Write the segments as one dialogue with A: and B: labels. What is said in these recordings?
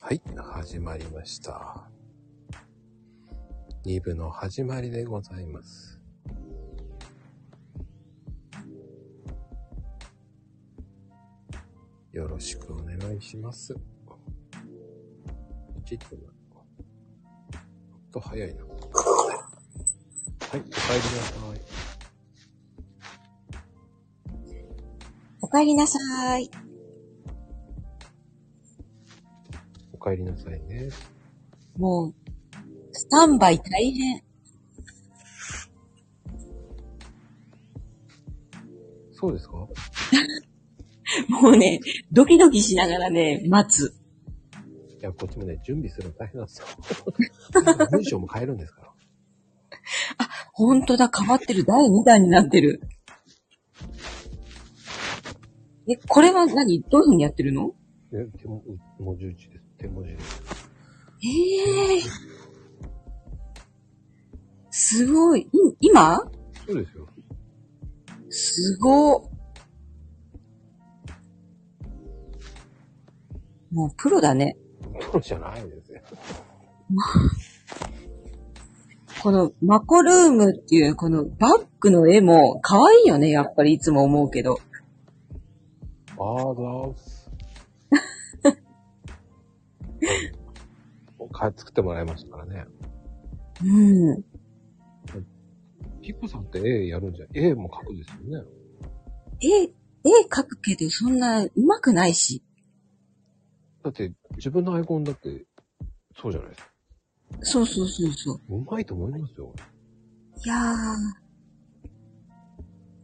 A: はい、始まりました。2部の始まりでございます。よろしくお願いします。ちっとな。ほんと早いな。はい、お帰りなさい。
B: おかえりなさい。
A: お帰りなさいね。
B: もう、スタンバイ大変。
A: そうですか
B: もうね、ドキドキしながらね、待つ。
A: いや、こっちもね、準備するの大変なんですよ。文章も変えるんですから。
B: ほんとだ、変わってる。第2弾になってる。え、これは何どういう風にやってるの
A: え、手も、う文字打ちです。手文字です。
B: ええー。すごい。い今
A: そうですよ。
B: すごい。もうプロだね。
A: プロじゃないですよ。
B: このマコルームっていうこのバッグの絵も可愛いよね、やっぱりいつも思うけど。
A: あーだー す。か作ってもらいましたからね。
B: うん。
A: ピコさんって絵やるんじゃ、絵も描くですよね。
B: 絵、絵描くけどそんな上手くないし。
A: だって、自分のアイコンだって、そうじゃないですか。
B: そうそうそうそう。
A: うまいと思いますよ。
B: いやー。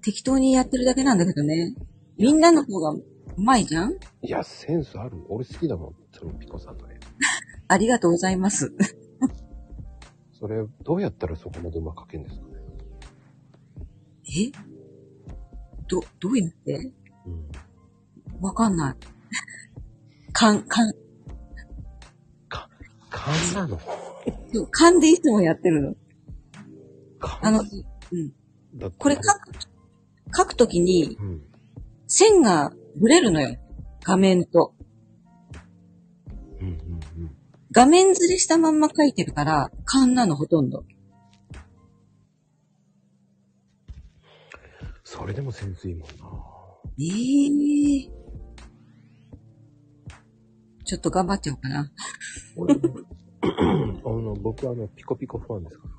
B: 適当にやってるだけなんだけどね。みんなの方が上手いじゃん
A: いや、センスある。俺好きだもん。そのピコさんの絵。
B: ありがとうございます。
A: それ、どうやったらそこまでうまく描けるんですかね。
B: えど、どうやって
A: うん。
B: わかんない。 勘、勘、
A: 勘なの
B: そう勘でいつもやってるの。
A: 勘
B: あの、
A: だって
B: これ書く、書くときに、
A: うん。
B: 線がブレるのよ。画面と。
A: うんうんうん。
B: 画面ずれしたまんま書いてるから、勘なのほとんど。
A: それでもセンスいいもんな。
B: ええちょっと頑張っちゃおうかな。
A: 俺 あの、僕はあの、ピコピコファンですから。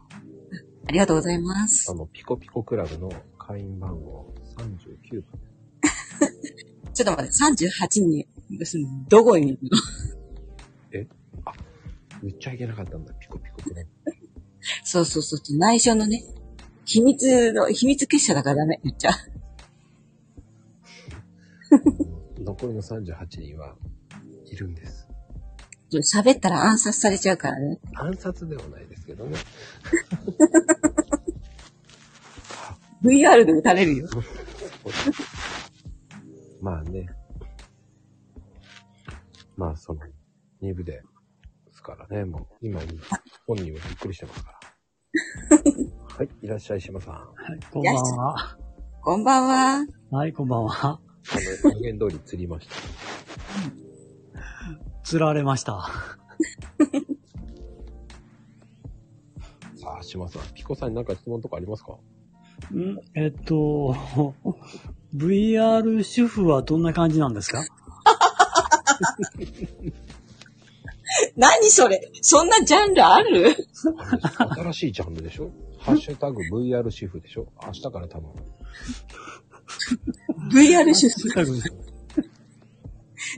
B: ありがとうございます
A: あ。の、ピコピコクラブの会員番号39番。
B: ちょっと待って、38に、どこに行くの
A: 言っちゃいけなかったんだ、ピコピコクラブ。
B: そうそうそう、内緒のね、秘密の、秘密結社だからダメ、言っちゃう。
A: あの残りの38人はいるんです。
B: ちょっと喋ったら暗殺されちゃうからね。
A: 暗殺ではないですけどね。
B: VR で撃たれるよ。
A: まあね。まあ、その、2部ですからね、もう、今、本人はびっくりしてますから。はい、いらっしゃい、島さん。あ
C: はい、こんばんは。
B: こんばんは。
C: はい、こんばんは。
A: の、表現通り釣りました。
C: 釣られました。
A: さあ、島さん、ピコさんに何か質問とかありますか
C: んえっと、VR 主婦はどんな感じなんですか
B: 何それそんなジャンルある
A: 新しいジャンルでしょハッシュタグ VR シフでしょ明日から多分。
B: ?VR 主婦。
C: え、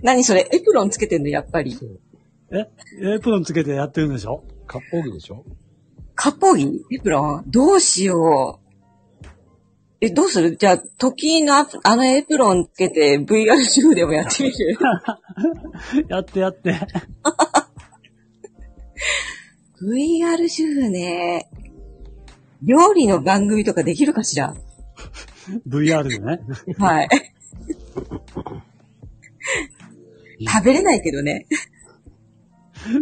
B: 何それエプロンつけてんのやっぱり。
C: エプロンつけてやってるんでしょ
A: 割烹着でしょ
B: カポギエプロンどうしよう。え、どうするじゃあ、時計のアプあのエプロンつけて VR 主婦でもやってみ る
C: やってやって。
B: ?VR 主婦ね。料理の番組とかできるかしら
C: VR でね。
B: はい。食べれないけどね。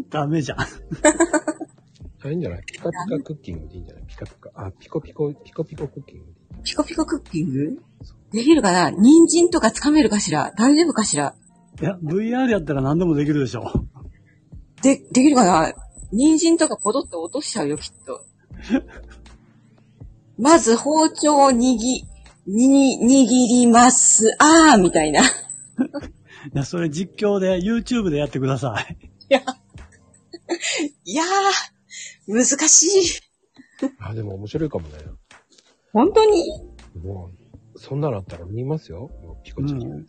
C: ダメじゃん。
A: あ、いいんじゃないピカピカクッキングでいいんじゃないピカピカ。あ、ピコピコ、ピコピコクッキングでいい。
B: ピコピコクッキングできるかな人参とかつかめるかしら大丈夫かしら
C: いや、VR やったら何でもできるでしょ。
B: で、できるかな人参とかポトッと落としちゃうよ、きっ と。まず包丁を握、に、握ります。あーみたいな。い
C: いや、それ実況で、YouTube でやってください。
B: や、いやー、難しい。
A: あ、でも面白いかもね。
B: 本当に
A: もう、そんなのあったら見ますよ。もうピコ
C: う
A: チキ。
C: ん。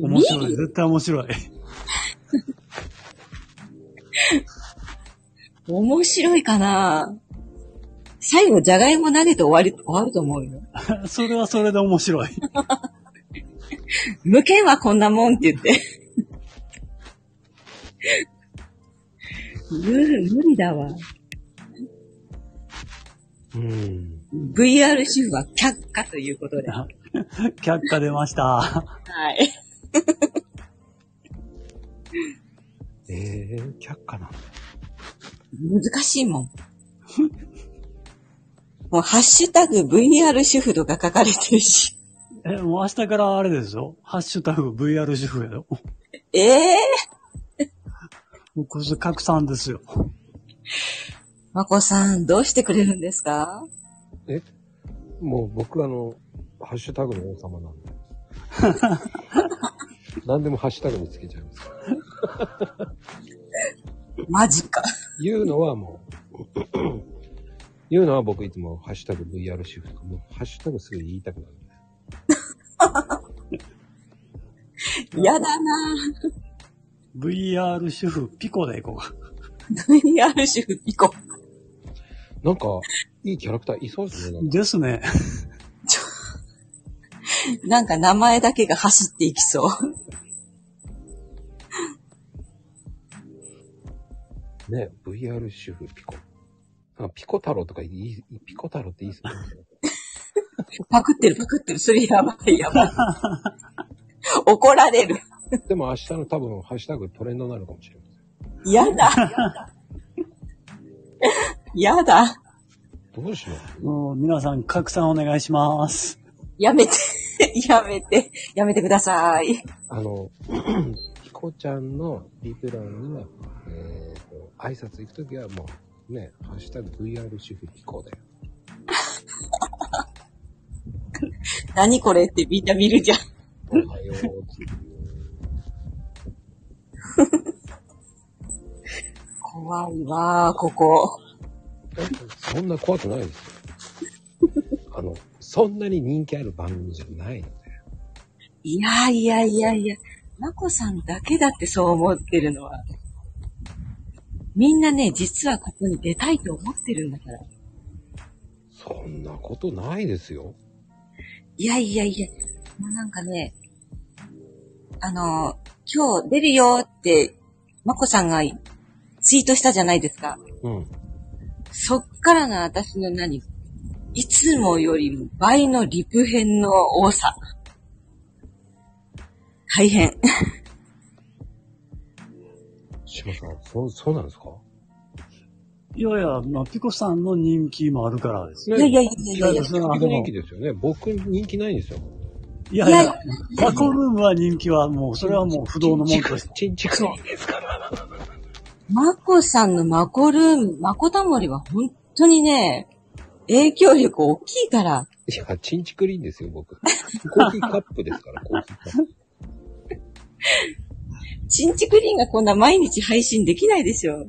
C: 面白
B: 見
C: い。
B: る
C: 絶対面白い。
B: 面白いかな最後、じゃがいも投げて終わり、終わると思うよ。
C: それはそれで面白い。
B: 無限はこんなもんって 言って。無無理だわ。
A: うん。
B: VR 主婦は却下ということで。は
C: 却下出ました。
B: い。
A: ええー、却下なの。
B: 難しいもん。 もう、ハッシュタグ VR 主婦とか書かれてるし。
C: え、もう明日からあれですよ。ハッシュタグ VR 主婦やろ。
B: ええ
C: もうこれ拡散ですよ。
B: ー、まこさん、どうしてくれるんですか
A: えもう僕あの、ハッシュタグの王様 なんで。何でもハッシュタグにつけちゃいますから。
B: マジか。
A: 言うのはもう、言うのは僕いつもハッシュタグ VR シフトとか、もうハッシュタグすぐ言いたくなるんで。
B: やだなぁ
C: VR 主婦ピコでいこうか。
B: VR 主婦行こう。
A: なんか、いいキャラクターいそうですね。なんか
C: ですね。
B: なんか名前だけが走っていきそう。
A: ね、VR 主婦ピコ。あ、ピコ太郎とかいい、ピコ太郎っていいですね。
B: パクってる、パクってる。それやばい、やば い。怒られる。
A: でも明日の多分ハッシュタグトレンドになるかもしれません。
B: やだ。やだ。
A: どうしよう。
C: もう皆さん拡散お願いします。
B: やめて。やめて。やめてください。
A: あの、ピコちゃんのリプランには、えーと、挨拶行くときはもう、ね、ハッシュタグ VR 主婦ピコだよ。
B: 何これってみんな見るじゃん。
A: おはようつって。
B: 怖いわー、ここ。
A: そんな怖くないです よ。あの、そんなに人気ある番組じゃないので。
B: いやいやいやいや。まこさんだけだってそう思ってるのは。みんなね、実はここに出たいと思ってるんだから。
A: そんなことないですよ。
B: いやいやいや、もうなんかね、あの、今日出るよって、まこさんがツイートしたじゃないですか。
A: うん。
B: そっからの私の何、いつもよりも倍のリプ編の多さ。大変。
A: 島さん、そう、そうなんですか
C: いやいや、まあ、ピコさんの人気もあるからです。
B: いやいやいやいやいや。
C: それはあ
A: 僕人
C: の
A: 気ですよね。僕人気ないんですよ。
C: いやいや
B: いや、
C: タコルームは人気はもう、それはもう不動のもんとして。
A: ちんちくわですから。
B: まこさんのまこルーム、まこたもりは本当にね、影響力大きいから。
A: いや、ちんちくりんですよ、僕。コーヒーカップですから、コーヒーカップ。
B: ちんちくりんがこんな毎日配信できないですよ。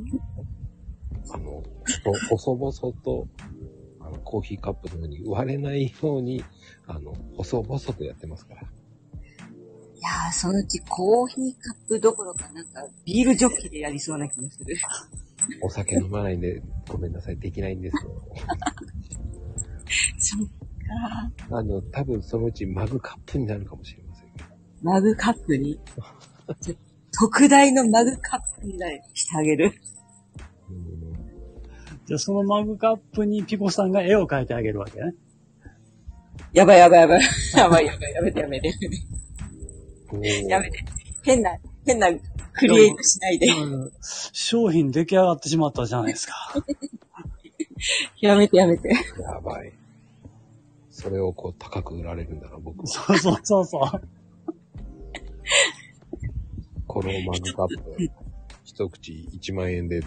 A: あの、細々と、あの、コーヒーカップのように割れないように、あの、細々とやってますから。
B: いやー、そのうちコーヒーカップどころかなんかビールジョッキでやりそうな気もする。
A: お酒飲まないんで、ごめんなさい、できないんですよ。
B: その
A: あの、多分そのうちマグカップになるかもしれませんけど。
B: マグカップに、 ちょ特大のマグカップになるしてあげる。
A: うん
C: じゃあ、そのマグカップにピコさんが絵を描いてあげるわけね。
B: やばいやばいやばい。 やばいやばい。やめてやめて。やめて。変な、変なクリエイトしないで。
C: 商品出来上がってしまったじゃないですか。
B: やめてやめて。
A: やばい。それをこう高く売られるんだな、僕は。
C: そうそうそうそう。
A: このマグカップ。一口1万円で、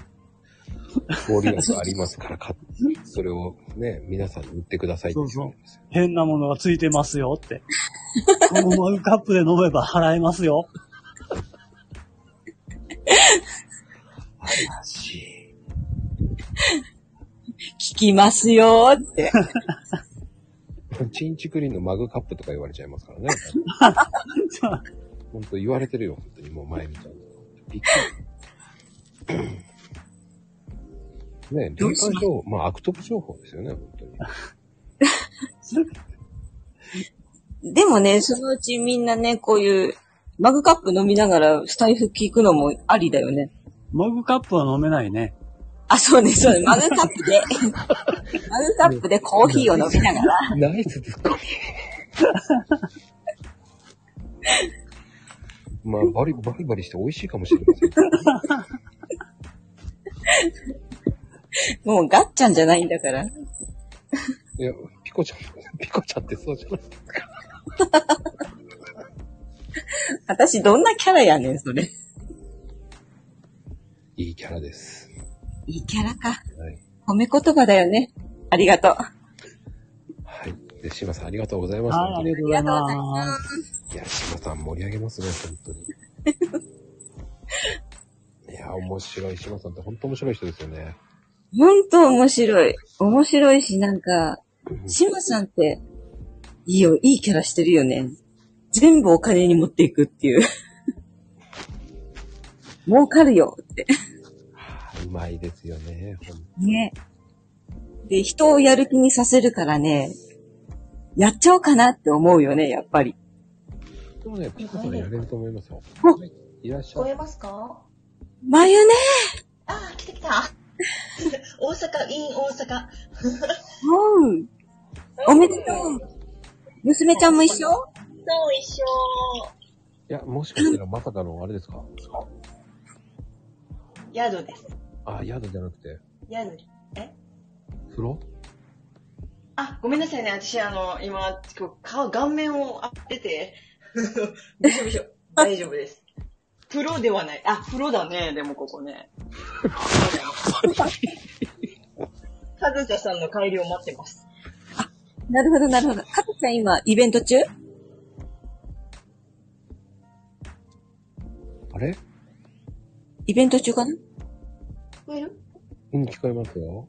A: 氷がありますから買って、それをね、皆さんに売ってくださいって言うんですよ。
C: 変なものがついてますよって。このマグカップで飲めば払えますよ。
A: らしい。
B: 聞きますよーって。
A: チンチクリンのマグカップとか言われちゃいますからね。
C: じゃあ
A: 本当言われてるよ、本当にもう前みたいに。びっ くり。ねえ、
B: ど
A: 霊
B: うし
A: 感情報、まあ悪徳情報ですよね、本当に。
B: でもね、そのうちみんなね、こういう、マグカップ飲みながらスタイフ聞くのもありだよね。
C: マグカップは飲めないね。
B: あ、そうね、そうね。マグカップ で、マグカップでコーヒーを飲みながら。
A: ナイスツ ッコミ。まあ、バリバリバリして美味しいかもしれません。
B: もうガッちゃんじゃないんだから。
A: いや、ピコちゃん、ピコちゃんってそうじゃないですか。
B: 私どんなキャラやねん、それ。
A: いいキャラです。
B: いいキャラか。
A: はい。
B: 褒め言葉だよね。ありがとう。
A: はい。で、島さんありがとうございます。
C: はい、ありがとうございます。
A: いや、島さん盛り上げますね、本当に。 いや、面白い。島さんって本当面白い人ですよね。
B: ほんと面白い。面白いし、なんか、シマさんって、いいよ、いいキャラしてるよね。全部お金に持っていくっていう。 儲かるよって。
A: うまいですよね。ほん
B: ね。で、人をやる気にさせるからね、やっちゃおうかなって思うよね、やっぱり。
A: でもね、ピコさんやれると思いますよ。
B: お
A: はいいらっし
D: 聞こ
A: ゃい。
D: えますか
B: まゆね
D: ああ、来てきた。 大阪、in 大阪。
B: おうおめでとう娘ちゃんも一緒
D: そう、一緒。
A: いや、もしかしたらまさかのあれですか
D: 宿です。
A: あ、宿じゃなくて、
D: 宿。
A: 風呂
D: あ、ごめんなさいね。私、あの、今、こう顔、顔面を当て て、びしょびしょ。大丈夫です。プロではない。あ、プロだね。でも、ここね。カズチャさんの帰りを待ってます。
B: なるほど、なるほど。かとちゃん今、イベント中
A: あれ
B: イベント中かな
D: 聞こえる
A: うん、聞こえますよ。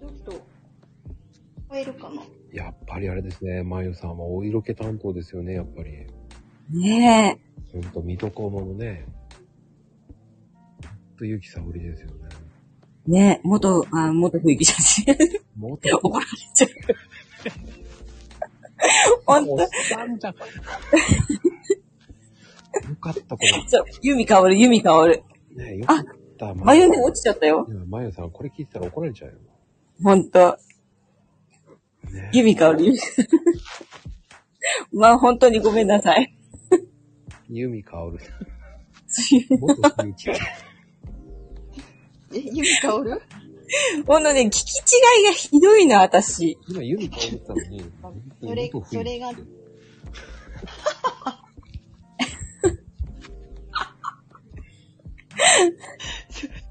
D: ちょっと、聞こえるかな
A: やっぱりあれですね、まゆさんはお色気担当ですよね、やっぱり。
B: ねえ。
A: ほんと、水戸黄門のね、ほんと、ゆきさおりですよね。
B: ねえ、元、あ、元不意気者し。
A: もっ
B: 怒られちゃう。ほんと、
A: よかった、これ。
B: そう、弓香る、弓香る。
A: ねよかった、
B: マヨネ落ちちゃったよ。
A: ねまゆさん、これ聞いてたら怒られちゃうよ。
B: ほんと。
A: ね
B: 弓香る、弓香る。 まあ、本当にごめんなさい。
A: ユミカオル。元ユキ。
D: え、ゆみかおる
B: ほんとね、聞き違いがひどいな、私。
A: 今ユミカオルって言ったのに、
D: それ
A: 元冬
D: それが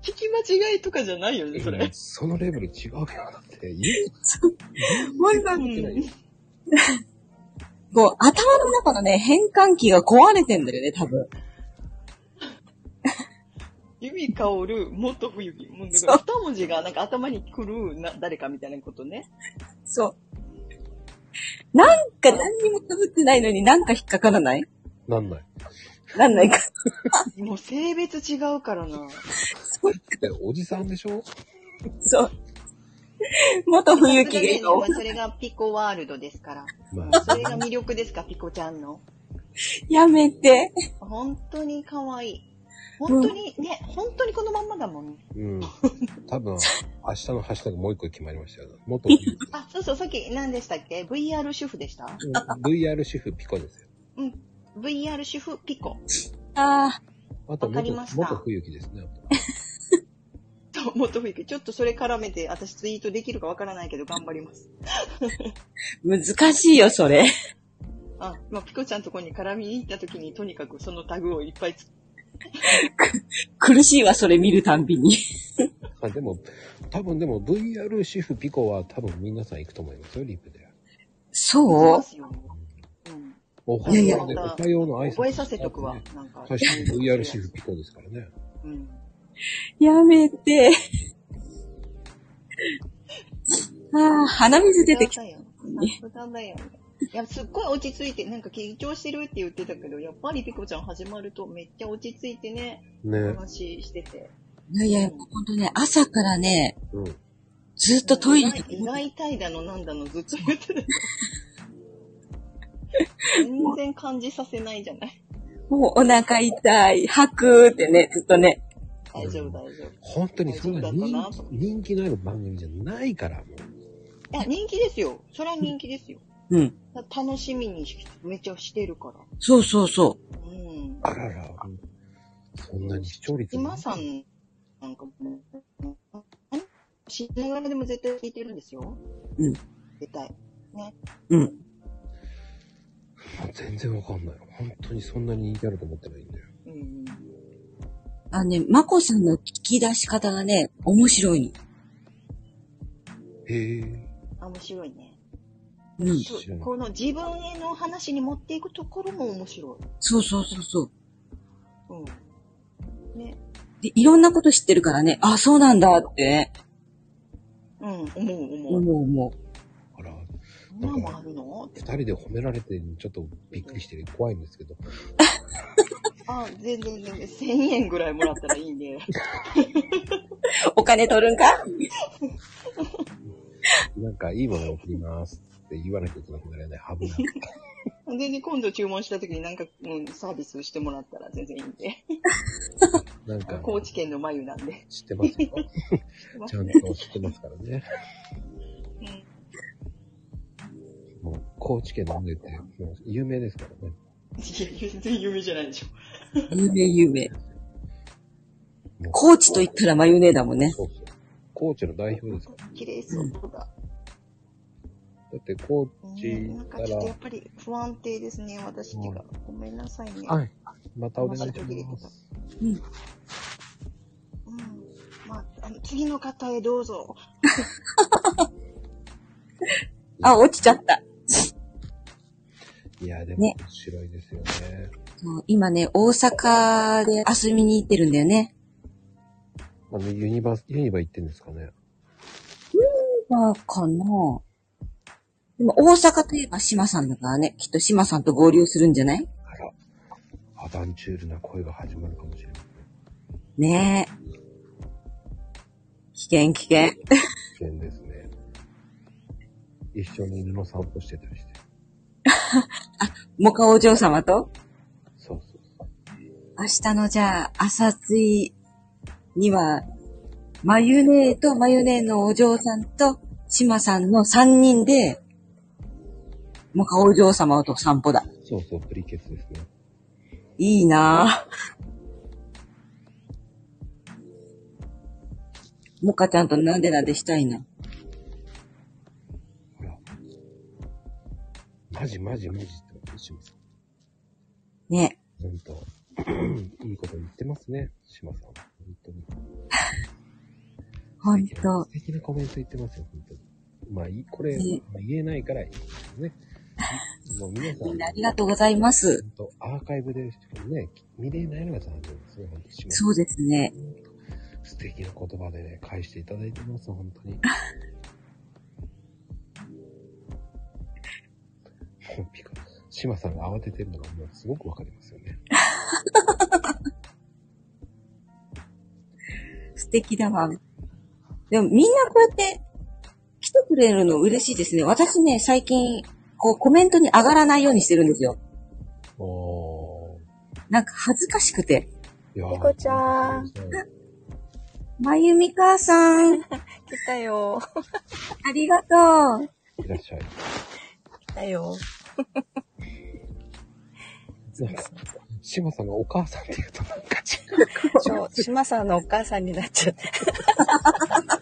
D: 聞き間違いとかじゃないよね、それ。
A: そのレベル違うよ。だって、ユ
B: ほんとに。こう、頭の中のね、変換器が壊れてんだよね、多分。
D: ゆみかおる、もっと冬木。もうだから二文字がなんか頭に来るな誰かみたいなことね。
B: そう。なんか何にも被ってないのになんか引っかからない
A: ミなんない。
B: なんないか。
D: もう性別違うからな。
A: でおじさんでしょ
B: そう。元冬木が
D: ね、
B: 今、
D: それがピコワールドですから。
A: ま
D: それ
A: あ、
D: が魅力ですか、ピコちゃんの。
B: やめて。
D: 本当に可愛い。本当にね、本当にこのまんまだもんね。
A: うん。多分、明日のハッシュタグもう一個決まりましたよ。元冬 木
D: あ、そうそう、さっき何でしたっけ ?VR 主婦でした
A: VR 主婦ピコですよ。
D: うん。VR 主婦ピコ。
B: ああ、
A: あと
D: わかり
A: 元、
D: ました
A: 元冬木ですね。
D: と、もっと増えて、ちょっとそれ絡めて、私ツイートできるかわからないけど頑張ります。
B: 難しいよ、それ。
D: あ、まあ、ピコちゃんとこに絡みに行った時に、とにかくそのタグをいっぱいつ
B: 苦しいわ、それ見るたんびに。
A: あでも、多分でも VR シフピコは多分皆さん行くと思いますよ、リップで。
B: そう
D: すよ。うん。
A: おはよう
B: いや
A: で、
D: いや
A: おはようの挨拶。
D: 覚えさせとくわ。なんか。
A: 確かに VR シフピコですからね。
D: うん。
B: やめて。ああ、鼻水出てきた。
D: たよ。普段だよ。いや、すっごい落ち着いて、なんか緊張してるって言ってたけど、やっぱりピコちゃん始まるとめっちゃ落ち着いてね、
A: ね。
D: 話してて。
B: いやいや、ほんとね、朝からね、
A: うん。
B: ずっとトイレに
D: 意外意外体だのなんだのずっと言ってる。全然感じさせないじゃない。
B: もうお腹痛い、吐くってね、ずっとね。
D: 大丈夫、大丈夫。
A: 本当にそんな
D: 大丈夫だ
A: 人
D: ったなと
A: 気人気のある番組じゃないから、も
D: いや、人気ですよ。それは人気ですよ。
B: うん。
D: だ楽しみにしめっちゃしてるか
B: そうそうそ
D: ら。うん。
A: う。あらら。そんなに視聴率も
D: 今さんなんかもう、知りながらでも絶対聞いてるんですよ。
B: うん
D: 絶対。ね。
B: う。うん。
A: 全然わかんない。本当にそんなに人気あると思ってないんだよ。
D: うん。
B: あのね、まこさんの聞き出し方がね、面白い
A: へえ。
D: あ面白いね。
B: の。うん。
D: そう
A: 知らない
D: この自分への話に持っていくところも面白い。
B: そうそうそうそう。
D: うん。ね。
B: で、いろんなこと知ってるからね、あ、そうなんだってね、
D: うん、思う思う。
B: 思う思う。
A: あら、
D: そんなもあるのって
A: 二。人で褒められてちょっとびっくりして怖いんですけど。
D: あ、全然全然。1000円ぐらいもらったらいいん で。
B: お金取るんか
A: なんかいいものを送りますって言わなきゃいけなくなるね。危ない。
D: 全然今度注文した時になんか、うん、サービスしてもらったら全然いいんで。
A: なんか、
D: 高知県の眉なんで。
A: 知ってます よ。ちゃんと知ってますからね。
D: うん
A: もう、高知県の梅って、もう有名ですからね。
D: いや、全然有名じゃないでしょ。
B: 有名有名。
A: もう
B: コーチと言ったらマヨネーだもんね。
A: そうそう。高知の代表ですから。
D: 綺麗そうだ。
A: だって高
D: うん、なん
A: 知か
D: かちょっとや
A: ら
D: っ、ぱり不安定ですね、私手が。ごめんなさいね。
A: はい。またお願いします。
D: うん。まあ、あの、次の方へどうぞ。
B: あ、落ちちゃった。
A: いや、でも
B: ね
A: 面白いですよね。
B: そう今ね、大阪で遊びに行ってるんだよね。
A: あの、ユニバ、ユニバ行ってんですかね。
B: まあ、かな。でも大阪といえば島さんだからね、きっと島さんと合流するんじゃない
A: あら、アバンチュールな恋が始まるかもしれない。
B: ねえ。危険危険。
A: 危険ですね。一緒に犬の散歩してたりして。
B: モカお嬢様と
A: そうそうそう。
B: 明日のじゃあ、朝ついには、マユネーとマユネーのお嬢さんと島さんの3人で、モカお嬢様と散歩だ。
A: そうそう、プリケツですね。
B: いいなぁ。モカちゃんとなんでなんでしたいな。
A: ほら。マジマジマジって、島さ
B: ね。
A: ん。ほん と。いいこと言ってますね、島さん。本当に。
B: ほんと
A: 素。敵なコメント言ってますよ、本当に。まあ、いこれ、
B: ね
A: まあ言えないからいいです ね。もう皆さん、
B: みんなありがとうございます。
A: 本当アーカイブでしかね、見れないのが残念ですね、本当島さん
B: そうですね。
A: 素敵な言葉でね、返していただいてます、本当に。もうピカ、島さんが慌ててるのがもうすごくわかりますよね。
B: 素敵だわ。でもみんなこうやって来てくれるの嬉しいですね。私ね、最近、こうコメントに上がらないようにしてるんですよ。
A: おー。
B: なんか恥ずかしくて。
A: いやー
E: ピコちゃん
A: 本当に
B: まゆみ母さん、
E: 来たよ。
B: ありがとう。
A: いらっしゃい。
E: 来たよ。
A: なんか、島さんがお母さんって言うとなんか違
E: そう、島さんのお母さんになっちゃった。
A: う。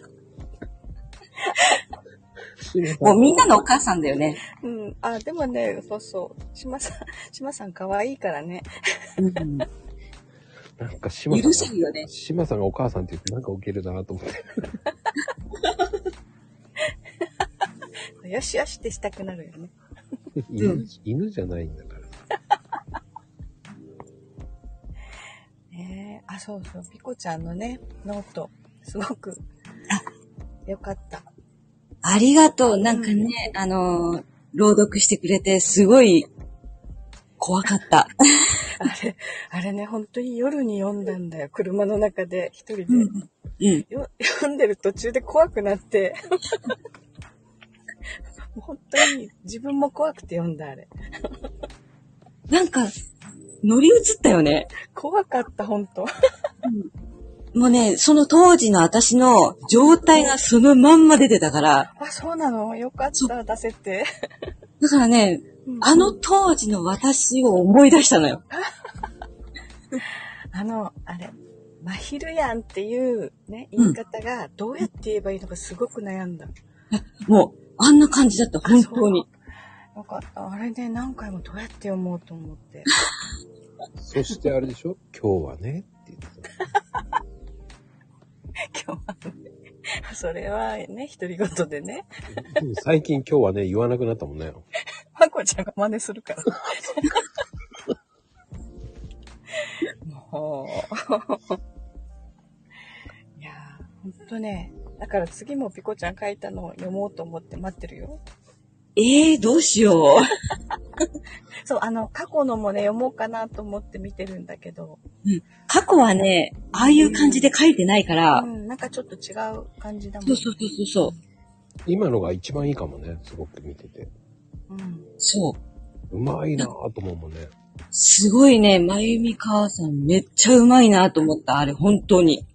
A: 島さ
B: もうみんなのお母さんだよね。
E: うん。あ、でもね、そうそう。島さん、島さん可愛いからね。
B: うん
A: なんか島
B: 許
A: さ
B: せ
A: ん
B: るよね
A: が、。島さんがお母さんって言ってなんかウケるなと思って。
E: よしよしってしたくなるよね。
A: 犬、
B: うん
A: 犬じゃないんだ から。
E: ねえあ、そうそう。ピコちゃんのね、ノート、すごく、よかった。
B: ありがとう。なんかね、あのー、朗読してくれて、すごい、怖かった。
E: あれ、あれね、本当に夜に読んだんだよ。車の中で、一人で。
B: うん。うん。
E: よ読んでる途中で怖くなって。 もう本当に自分も怖くて読んだあれ。
B: なんか、乗り移ったよね。
E: 怖かった、本当。
B: もうね、その当時の私の状態がそのまんま出てたから、
E: あ、そうなのよかった、出せて。
B: だからね、あの当時の私を思い出したのよ。
E: あの、あれ、真昼やんっていうね、言い方がどうやって言えばいいのかすごく悩んだ。
B: もう、あんな感じだった、本当に。
E: よかった。あれね、何回もどうやって読もうと思って。
A: そしてあれでしょ今日はねって言ってた。
E: 今日はね。それはね、独り言でね。
A: でも最近今日はね、言わなくなったもんね。
E: まこちゃんが真似するから。もう。いやー、ほんとね。だから次もピコちゃん書いたのを読もうと思って待ってるよ。
B: ええー、どうしよ
E: そう、あの、過去のもね、読もうかなと思って見てるんだけど、
B: う。過去はね、ああいう感じで書いてないから、
E: うん、なんかちょっと違う感じだもん。
B: そうそうそうそうそう。
A: 今のが一番いいかもね。すごく見てて。
E: うん。
B: そう。
A: うまいなぁと思うもんね。
B: すごいね、まゆみ母さんめっちゃうまいなと思った、あれ、本当に。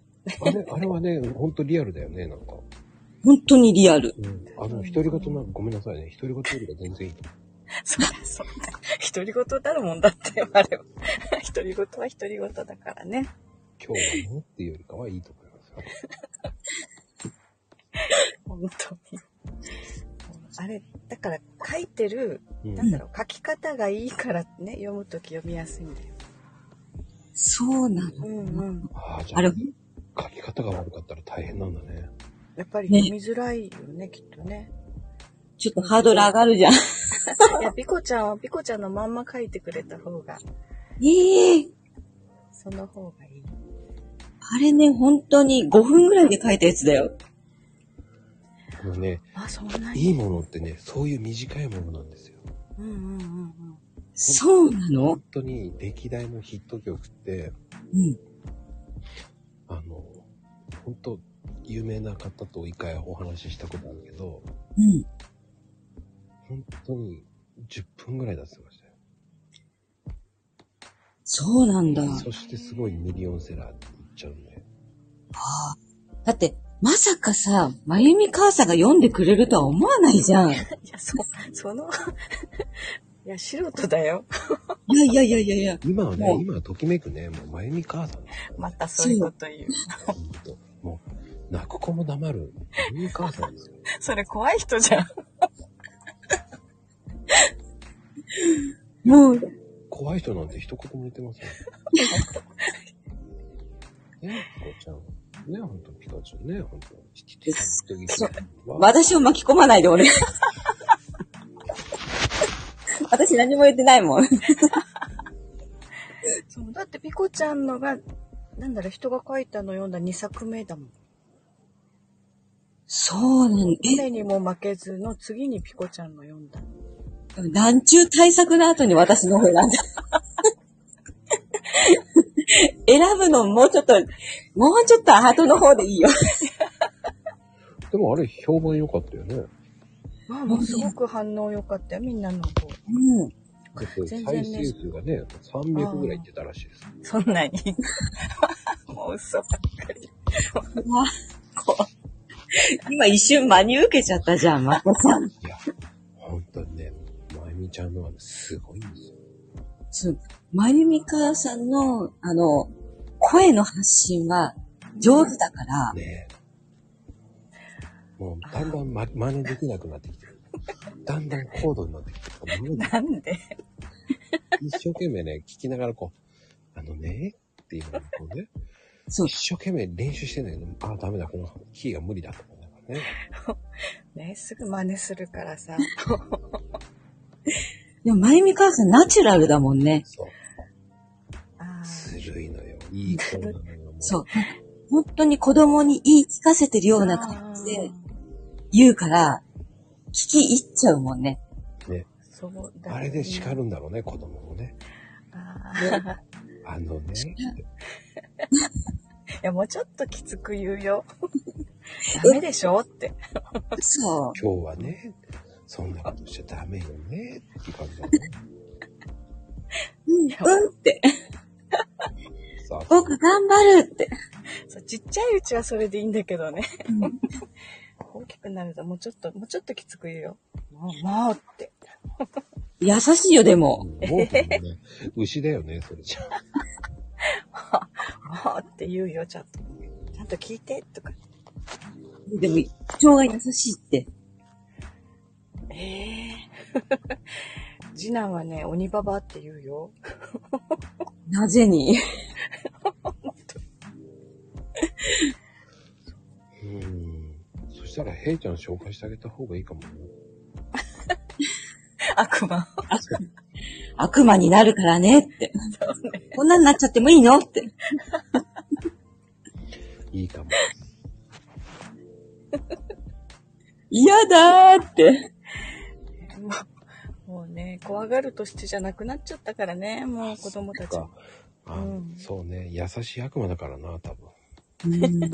A: あ れ、あれはね、ほんとリアルだよね、なんか。
B: 本当にリアル。
A: うん。あの、独り言なんかごめんなさいね。独り言よりが全然いいと思
E: そう そう。独り言だるもんだって、あれは。 独り言は独り言だからね。
A: う。今日はねっていうよりかはいいと思いますよ。
E: 本当に。あれ、だから書いてる、
A: うん
E: なんだろう、書き方がいいからね、読むとき読みやすいんだよ。
B: そうなの。
E: うんうん。
A: ああ、じゃ
B: あれ、
A: あ、書き方が悪かったら大変なんだね。
E: やっぱり
B: ね
E: 読みづらいよね、きっと ね。
B: ちょっとハードル上がるじゃん。
E: いや、ピコちゃんはピコちゃんのまんま書いてくれた方が、
B: ええー。
E: その方がいい。
B: あれね、本当に5分ぐらいで書いたやつだよ。
A: あのね、
E: あ、そんなに。
A: いいものってね、そういう短いものなんですよ。
E: うんうんうんうん。
B: そうなの
A: 本当に歴代のヒット曲って、
B: うん。
A: あの、本当有名な方と一回お話ししたことあるけど、
B: うん。
A: 本当に10分ぐらい出してましたよ。
B: そうなんだ。
A: そしてすごいミリオンセラーって言っちゃうんで。
B: だって、まさかさ、まゆみ母さんが読んでくれるとは思わないじゃん。い
E: いや、そ、その、 いや、素人だよ。
B: やいやいやいやいや。
A: 今はね
B: も、う
A: 今はときめくね、もう、まゆみ母さんですよ
E: またそういうこと言う。
A: ほんともう、泣く子も黙る、まゆみ母さんですよ。
E: それ怖い人じゃん。
B: もう、
A: 怖い人なんて一言も言ってま せん。ねピコちゃん。ねほんと、ピカチュウねほんと。聞き手の時は
B: 私を巻き込まないで、俺。私何も言ってないもん。
E: そうだってピコちゃんのが、なんだろう、人が書いたの読んだ2作目だもん。
B: そうなんえ、
E: 誰にも負けずの次にピコちゃんの読んだ。
B: なんちゅう対策の後に私の方選んだ。 選ぶのもうちょっと、もうちょっと後の方でいいよ。
A: でもあれ、評判良かったよね。だ
E: まあ、もうすごく反応良かったよ、みんなの方。
B: うん。
A: って
E: 全
A: 再
E: 然ね
A: 生数がね、300ぐらいいってたらしいです。
E: そんなに。 もう嘘ばっかり。
B: わこう 今一瞬真に受けちゃったじゃん、まこさん。
A: いや、ほんとにね、まゆみちゃんのはね、すごいんですよ。
B: そう、まゆみ母さんの、あの、声の発信は上手だから、
A: ねえ。もう、だんだん、ま、真似できなくなってきてる。だんだん高度になってきてる。
E: なんで
A: 一生懸命ね、聞きながらこう、あのね、っていうのをね、
B: そう。
A: 一生懸命練習してんだけど、ああ、ダメだ、このキーが無理だと思いながらね。
E: ね、すぐ真似するからさ。
B: でも、まゆみ母さんナチュラルだもんね。
A: そう。
E: あー
A: ずるいのよ。いい子なのよ。もう
B: そう。本当に子供に言い聞かせてるような感じで言うから、聞き入っちゃうもん ね。
A: ね。
E: そうだ、
A: あれで叱るんだろうね、子供をね。
E: あー。
A: あのね、
E: いや、もうちょっときつく言う よ。ダメでしょって。
B: そう。
A: 今日はね、そんなことしちゃダメよね、っていう感じだね。
B: うん、うんって。
A: さあ、
B: 僕頑張るって。
E: そうちっちゃいうちはそれでいいんだけどね。大きくなるともうちょっと、もうちょっときつく言うよ。もう、もうって。
B: 優しいよ、でも。
A: もうね、牛だよね、それじゃ。
E: もうって言うよ、ちゃんと。ちゃんと聞いて、とか。
B: でも、腸が優しいって。
E: ええ 次男はね、鬼ババって言うよ。
B: なぜに。
A: うん。そしたら、ヘイちゃん紹介してあげた方がいいかもね。
E: 悪魔。
B: 悪魔になるからねって。こんなになっちゃってもいいのって。
A: いいかも。
B: 嫌だーって。
E: もうもうね、怖がるとしてじゃなくなっちゃったからね、もう子供たち
A: か
E: も。
A: あ、
E: うん
A: そうね、優しい悪魔だからな、多分。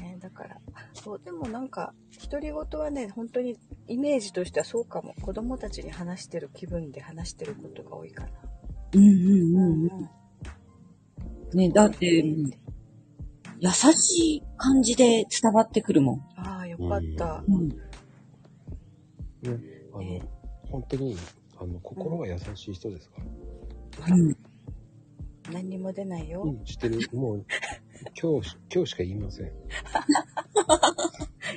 E: ね、だから、そう、でもなんか、独り言はね、本当にイメージとしてはそうかも。子供たちに話してる気分で話してることが多いから。
B: うんうんうん
E: うん
B: うん。ね、だって、うん優しい感じで伝わってくるも
E: ああ、よかった。
B: ん。うん。
A: あの、
E: ね
A: 本当に、あの、心は優しい人ですから。
B: うん、
E: 何にも出ないよ。
A: うん、してる。もう、今日し、今日しか言いません。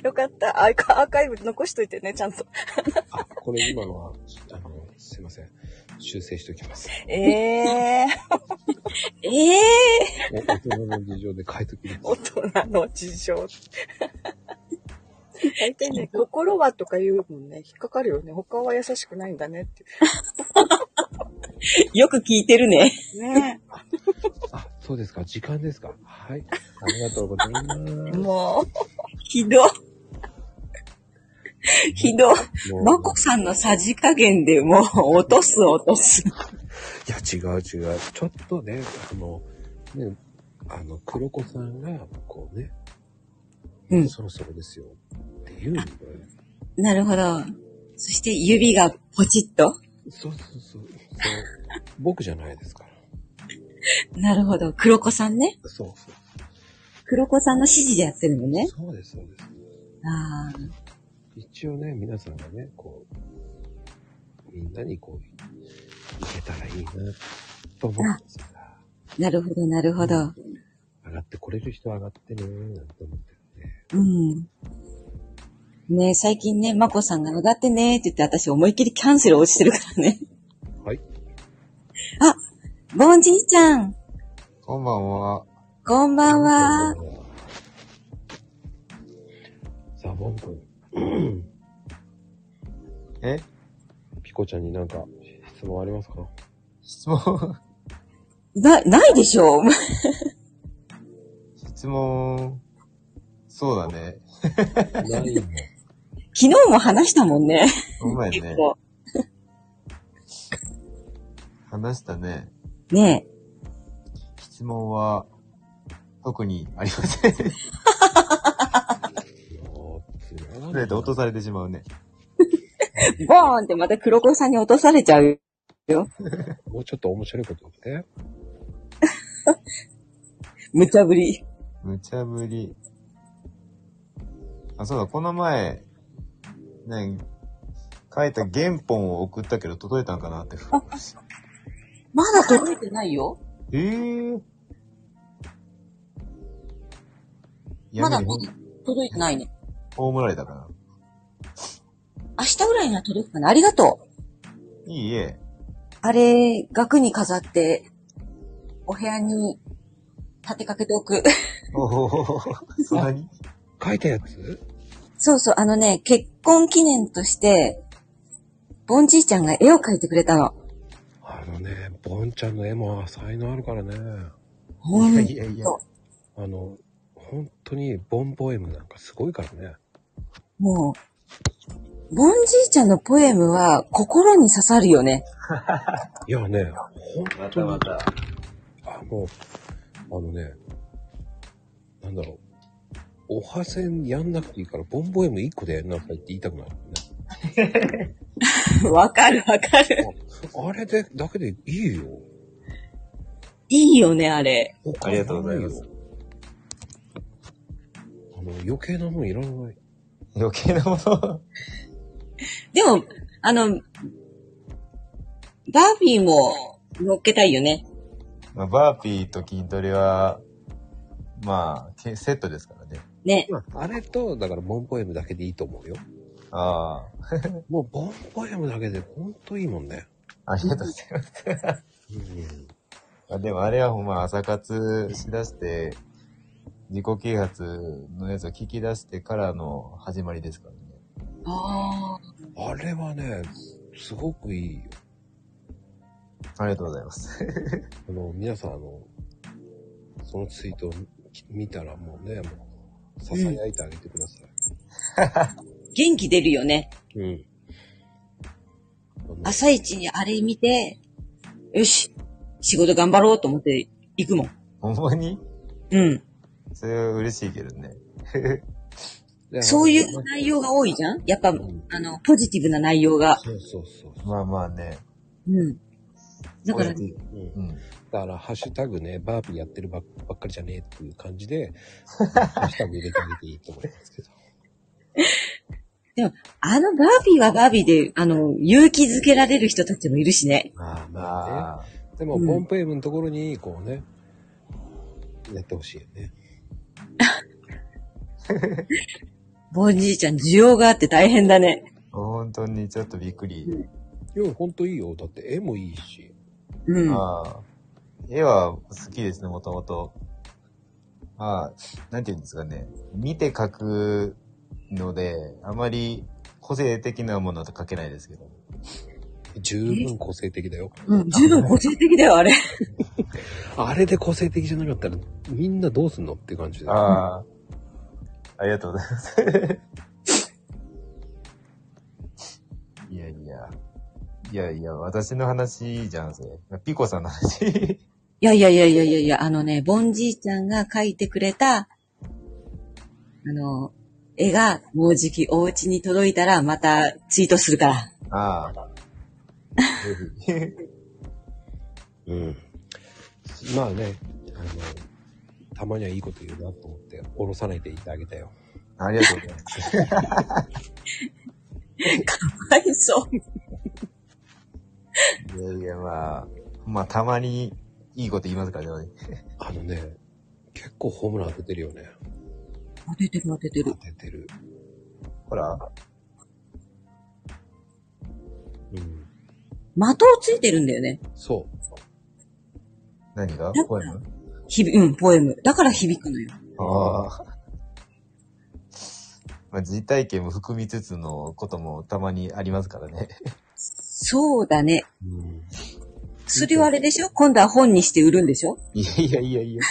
E: よかった。アーカアーカイブ残しといてね、ちゃんと。
A: あ、これ今のは、あの、すいません。修正しておきます。
E: ええ
B: ええ
A: お大人の事情で変えときま
E: 大
A: す。
E: 人の事情。 大体ね、心はとか言うもんね、引っかかるよね。他は優しくないんだねって。
B: よく聞いてるね。
E: ね
A: あ、そうですか。時間ですか。はい。ありがとうござい ます。
E: も
B: ひど。ひど。
A: もう
B: まこさんのさじ加減でもう落とす落とす。
A: いや、違う違う。ちょっとね、あの、ね、あの、黒子さんが、こうね、
B: うん
A: そろそろですよ。っていうので、
B: なるほど。そして指がポチッと。
A: そうそうそう。そう僕じゃないですから。
B: なるほど。黒子さんね。
A: そうそう。
B: 黒子さんの指示でやってるのね。
A: そうです、そうです。
B: ああ。
A: 一応ね、皆さんがね、こう、みんなにこう、いけたらいいな、と思うんですから、
B: なるほど、なるほど。
A: 上がってこれる人は上がってね、なんて思ってるんで。
B: うん。ねえ最近ね、まこさんが上がってねって言って私思いっきりキャンセル落ちてるからね。
A: はい。
B: あ、ぼんじいちゃん、
F: こんばんは。
B: こんばんは。
A: ザボン君。
F: え
A: ピコちゃんになんか質問ありますか
F: 質問、
B: な、ないでしょう
F: 質問、そうだね。
A: ないの。
B: 昨日も話したもんね。
F: うまい
B: 結
F: ね。
B: 構。
F: 話したね。
B: ねえ。
F: 質問は、特にありません。それで落とされてしまうね。
B: ボーンってまた黒子さんに落とされちゃう。
A: もうちょっと面白いこと言って。
B: 無茶ぶり。
F: 無茶ぶり。あ、そうだ、この前、ね、書いた原本を送ったけど届いたんかなって。
B: まだ届いてないよ。
F: えー。
B: まだ
F: 闇に
B: 届いてないね。
F: 葬られたかな。
B: 明日ぐらいには届くかな。ありがとう。
F: いいえ。
B: あれ、額に飾ってお部屋に立てかけておく。
F: おお、そんなに
A: 書いたやつ
B: そうそう、あのね、結婚記念として、ボンじいちゃんが絵を描いてくれたの。
A: あのね、ボンちゃんの絵も才能あるからね。
B: ほん
F: いや
B: と
F: いやいや。
A: あの、本当にボンポエムなんかすごいからね。
B: もう、ボンじいちゃんのポエムは心に刺さるよね。
A: いやね、本当
F: また
A: に
F: また。
A: あの、あのね、なんだろう。おはせんやんなくていいから、ボンボエム1個でやりなさいって言いたくなるね。
B: わかるわかる。
A: あれで、だけでいいよ。
B: いいよね、あれ。
F: ありがとうございます
A: 他ないよ。あの、余計なもんいらない。
F: 余計なもの。
B: でも、あの、バービーも乗っけたいよね。
F: まあ、バーピーと筋トレは、まあ、けセットですからね。
B: ね。
A: まあ、あれと、だから、ボンポエムだけでいいと思うよ。
F: あ
A: もう、ボンポエムだけで、ほんといいもんね。
F: あ、ありがとうございます。
A: うん。
F: あでもあれはほんま朝活しだして、自己啓発のやつを聞き出してからの始まりですからね。
B: ああ。
A: あれはね、すごくいいよ。
F: ありがとうございます。
A: あの、皆さん、あの、そのツイートを見たらもうね、もう、囁いてあげてくださ
B: 元気出るよね。
A: い。うん。あの
B: 朝一にあれ見て、よし、仕事頑張ろうと思って行くもん。
F: ほんまに
B: うん。
F: それは嬉しいけどね。
A: で
B: そうい
A: あ
B: う
A: の
B: 内容が多いじゃんやっぱ、
A: ん
B: あの、ポジティブな内容が。
A: そうそうそう。
F: まあまあね。
B: うん。だから、
F: ポジティ
A: うん
F: ブうん。
A: だから、ハッシュタグね、バービーやってるばっばっかりじゃねえっていう感じ で、ハッシュタグ入れてあげていいと思いますけど。
B: あのバービーはバービーで、あの、勇気づけられる人たちもいるしね。
A: まあまあね。
F: まあ、
A: でも、
B: うん
A: ボンプエムのところに、こうね、やってほしいよね。
B: ボンじいちゃん、需要があって大変だね。
F: 本当にちょっとびっくり。
A: いや、ほんといいよ。だって、絵もいいし。
B: うん。
F: ああ。絵は好きですね、もともと。ああ、なんていうんですかね。見て描くので、あまり個性的なものと描けないですけど。
A: 十分個性的だよ。
B: うん、十分個性的だよ、あれ。
A: あれで個性的じゃなかったら、みんなどうすんのって感じで。
F: ああ。ありがとうございます。 いやいや。いやいや、私の話じゃん、それ。ピコさんの話。
B: いやいやいやいやいやいや、あのね、ボンじいちゃんが描いてくれた、あの、絵がもうじきお家に届いたらまたツイートするから。
F: ああ。ぜひ
A: うん。まあね、あの、たまにはいいこと言うなと思って、おろさないでいてあげたよ。
F: ありがとうございます。
B: はい、そう。
F: いやいや、まあ、まあ、たまにいいこと言いますからね。
A: あのね、結構ホームラン当ててるよね。
B: 当ててる当てて
A: 当
B: る。
A: ててる。
F: ほら、
A: うん。
B: 的をついてるんだよね。
A: そ
F: 何が
B: なんか
F: ポエム
B: ひび、うん、ポエム。だから響くのよ。
F: ああ。まあ、実体験も含みつつのこともたまにありますからね。
B: そうだね。
A: う。うん。
B: それはあれでしょ今度は本にして売るんでしょ
F: いやいやいやいや。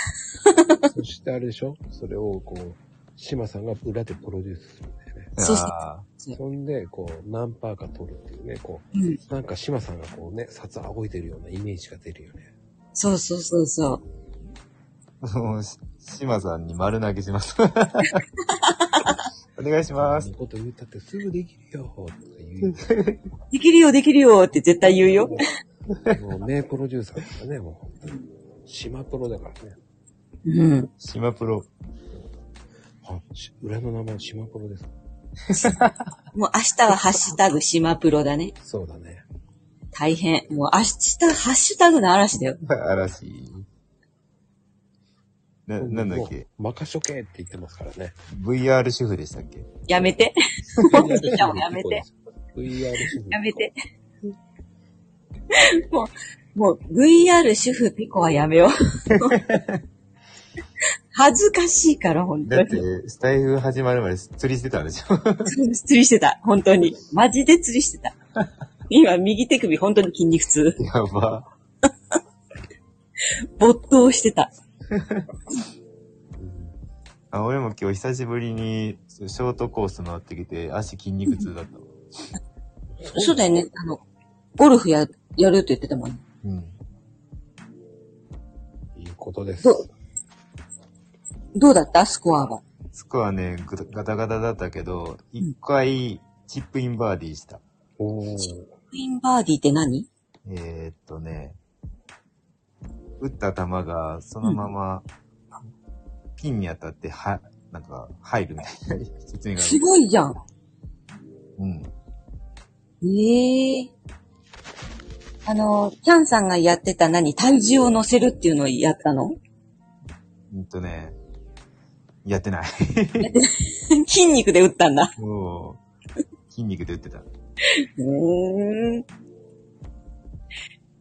A: そしてあれでしょそれをこう、島さんが裏でプロデュースするんだよね。
B: そうそう
F: あ
A: そんで、こう、何パーか取るっていうね、こ
B: うん。
A: う、なんか島さんがこうね、札仰いでるようなイメージが出るよね。
B: そうそうそうそう。
F: あ。もう、し島さんに丸投げし ます。お願いしま
A: そん
F: す。
A: なこと言ったってすぐできるよ、とか言う。
B: できるよ、できるよって絶対言うよ。
A: もう名プロデューサーですからね、もう本当に。島プロだからね。
B: うん。
F: 島プロ。
A: あ、し裏の名前島プロです。
B: もう明日はハッシュタグ島プロだね。
A: そうだね。
B: 大変。もう明日、ハッシュタグの嵐だよ。
F: 嵐。な、なんだっけ
A: もう任しとけって言ってますからね。
F: ?VR 主婦でしたっけ
B: やめて。もうみんなもやめて。
A: VR 主婦。
B: やめて。もう、もう VR 主婦ピコはやめよう。 恥ずかしいから、本当
F: だっ
B: に
F: て。、スタイフ始まるまで釣りしてたんでしょ
B: 釣りしてた、本当に。マジで釣りしてた。今、右手首本当に筋肉痛。
F: やば。
B: 没頭してた。
F: あ俺も今日久しぶりにショートコース回ってきて、足筋肉痛だったわ。
B: そうだよね。あの、ゴルフや、やるって言ってたもんね。
F: うん。
A: いいことです
B: ど。どうだったスコアは。
F: スコアね、ぐガタガタだったけど、一回、チップインバーディーした。
A: おー。
B: クイーンバーディーって何
F: えー、っとね、打った球がそのまま、ピンに当たって、は、なんか、入るみたいな。説明があ
B: す
F: る。
B: ごいじゃん。
F: うん。
B: ええあの、キャンさんがやってた何体重を乗せるっていうのをやったの
F: うんとね、やってない。
B: 筋肉で打ったんだ。
F: もう、筋肉で打ってた。
B: へえ。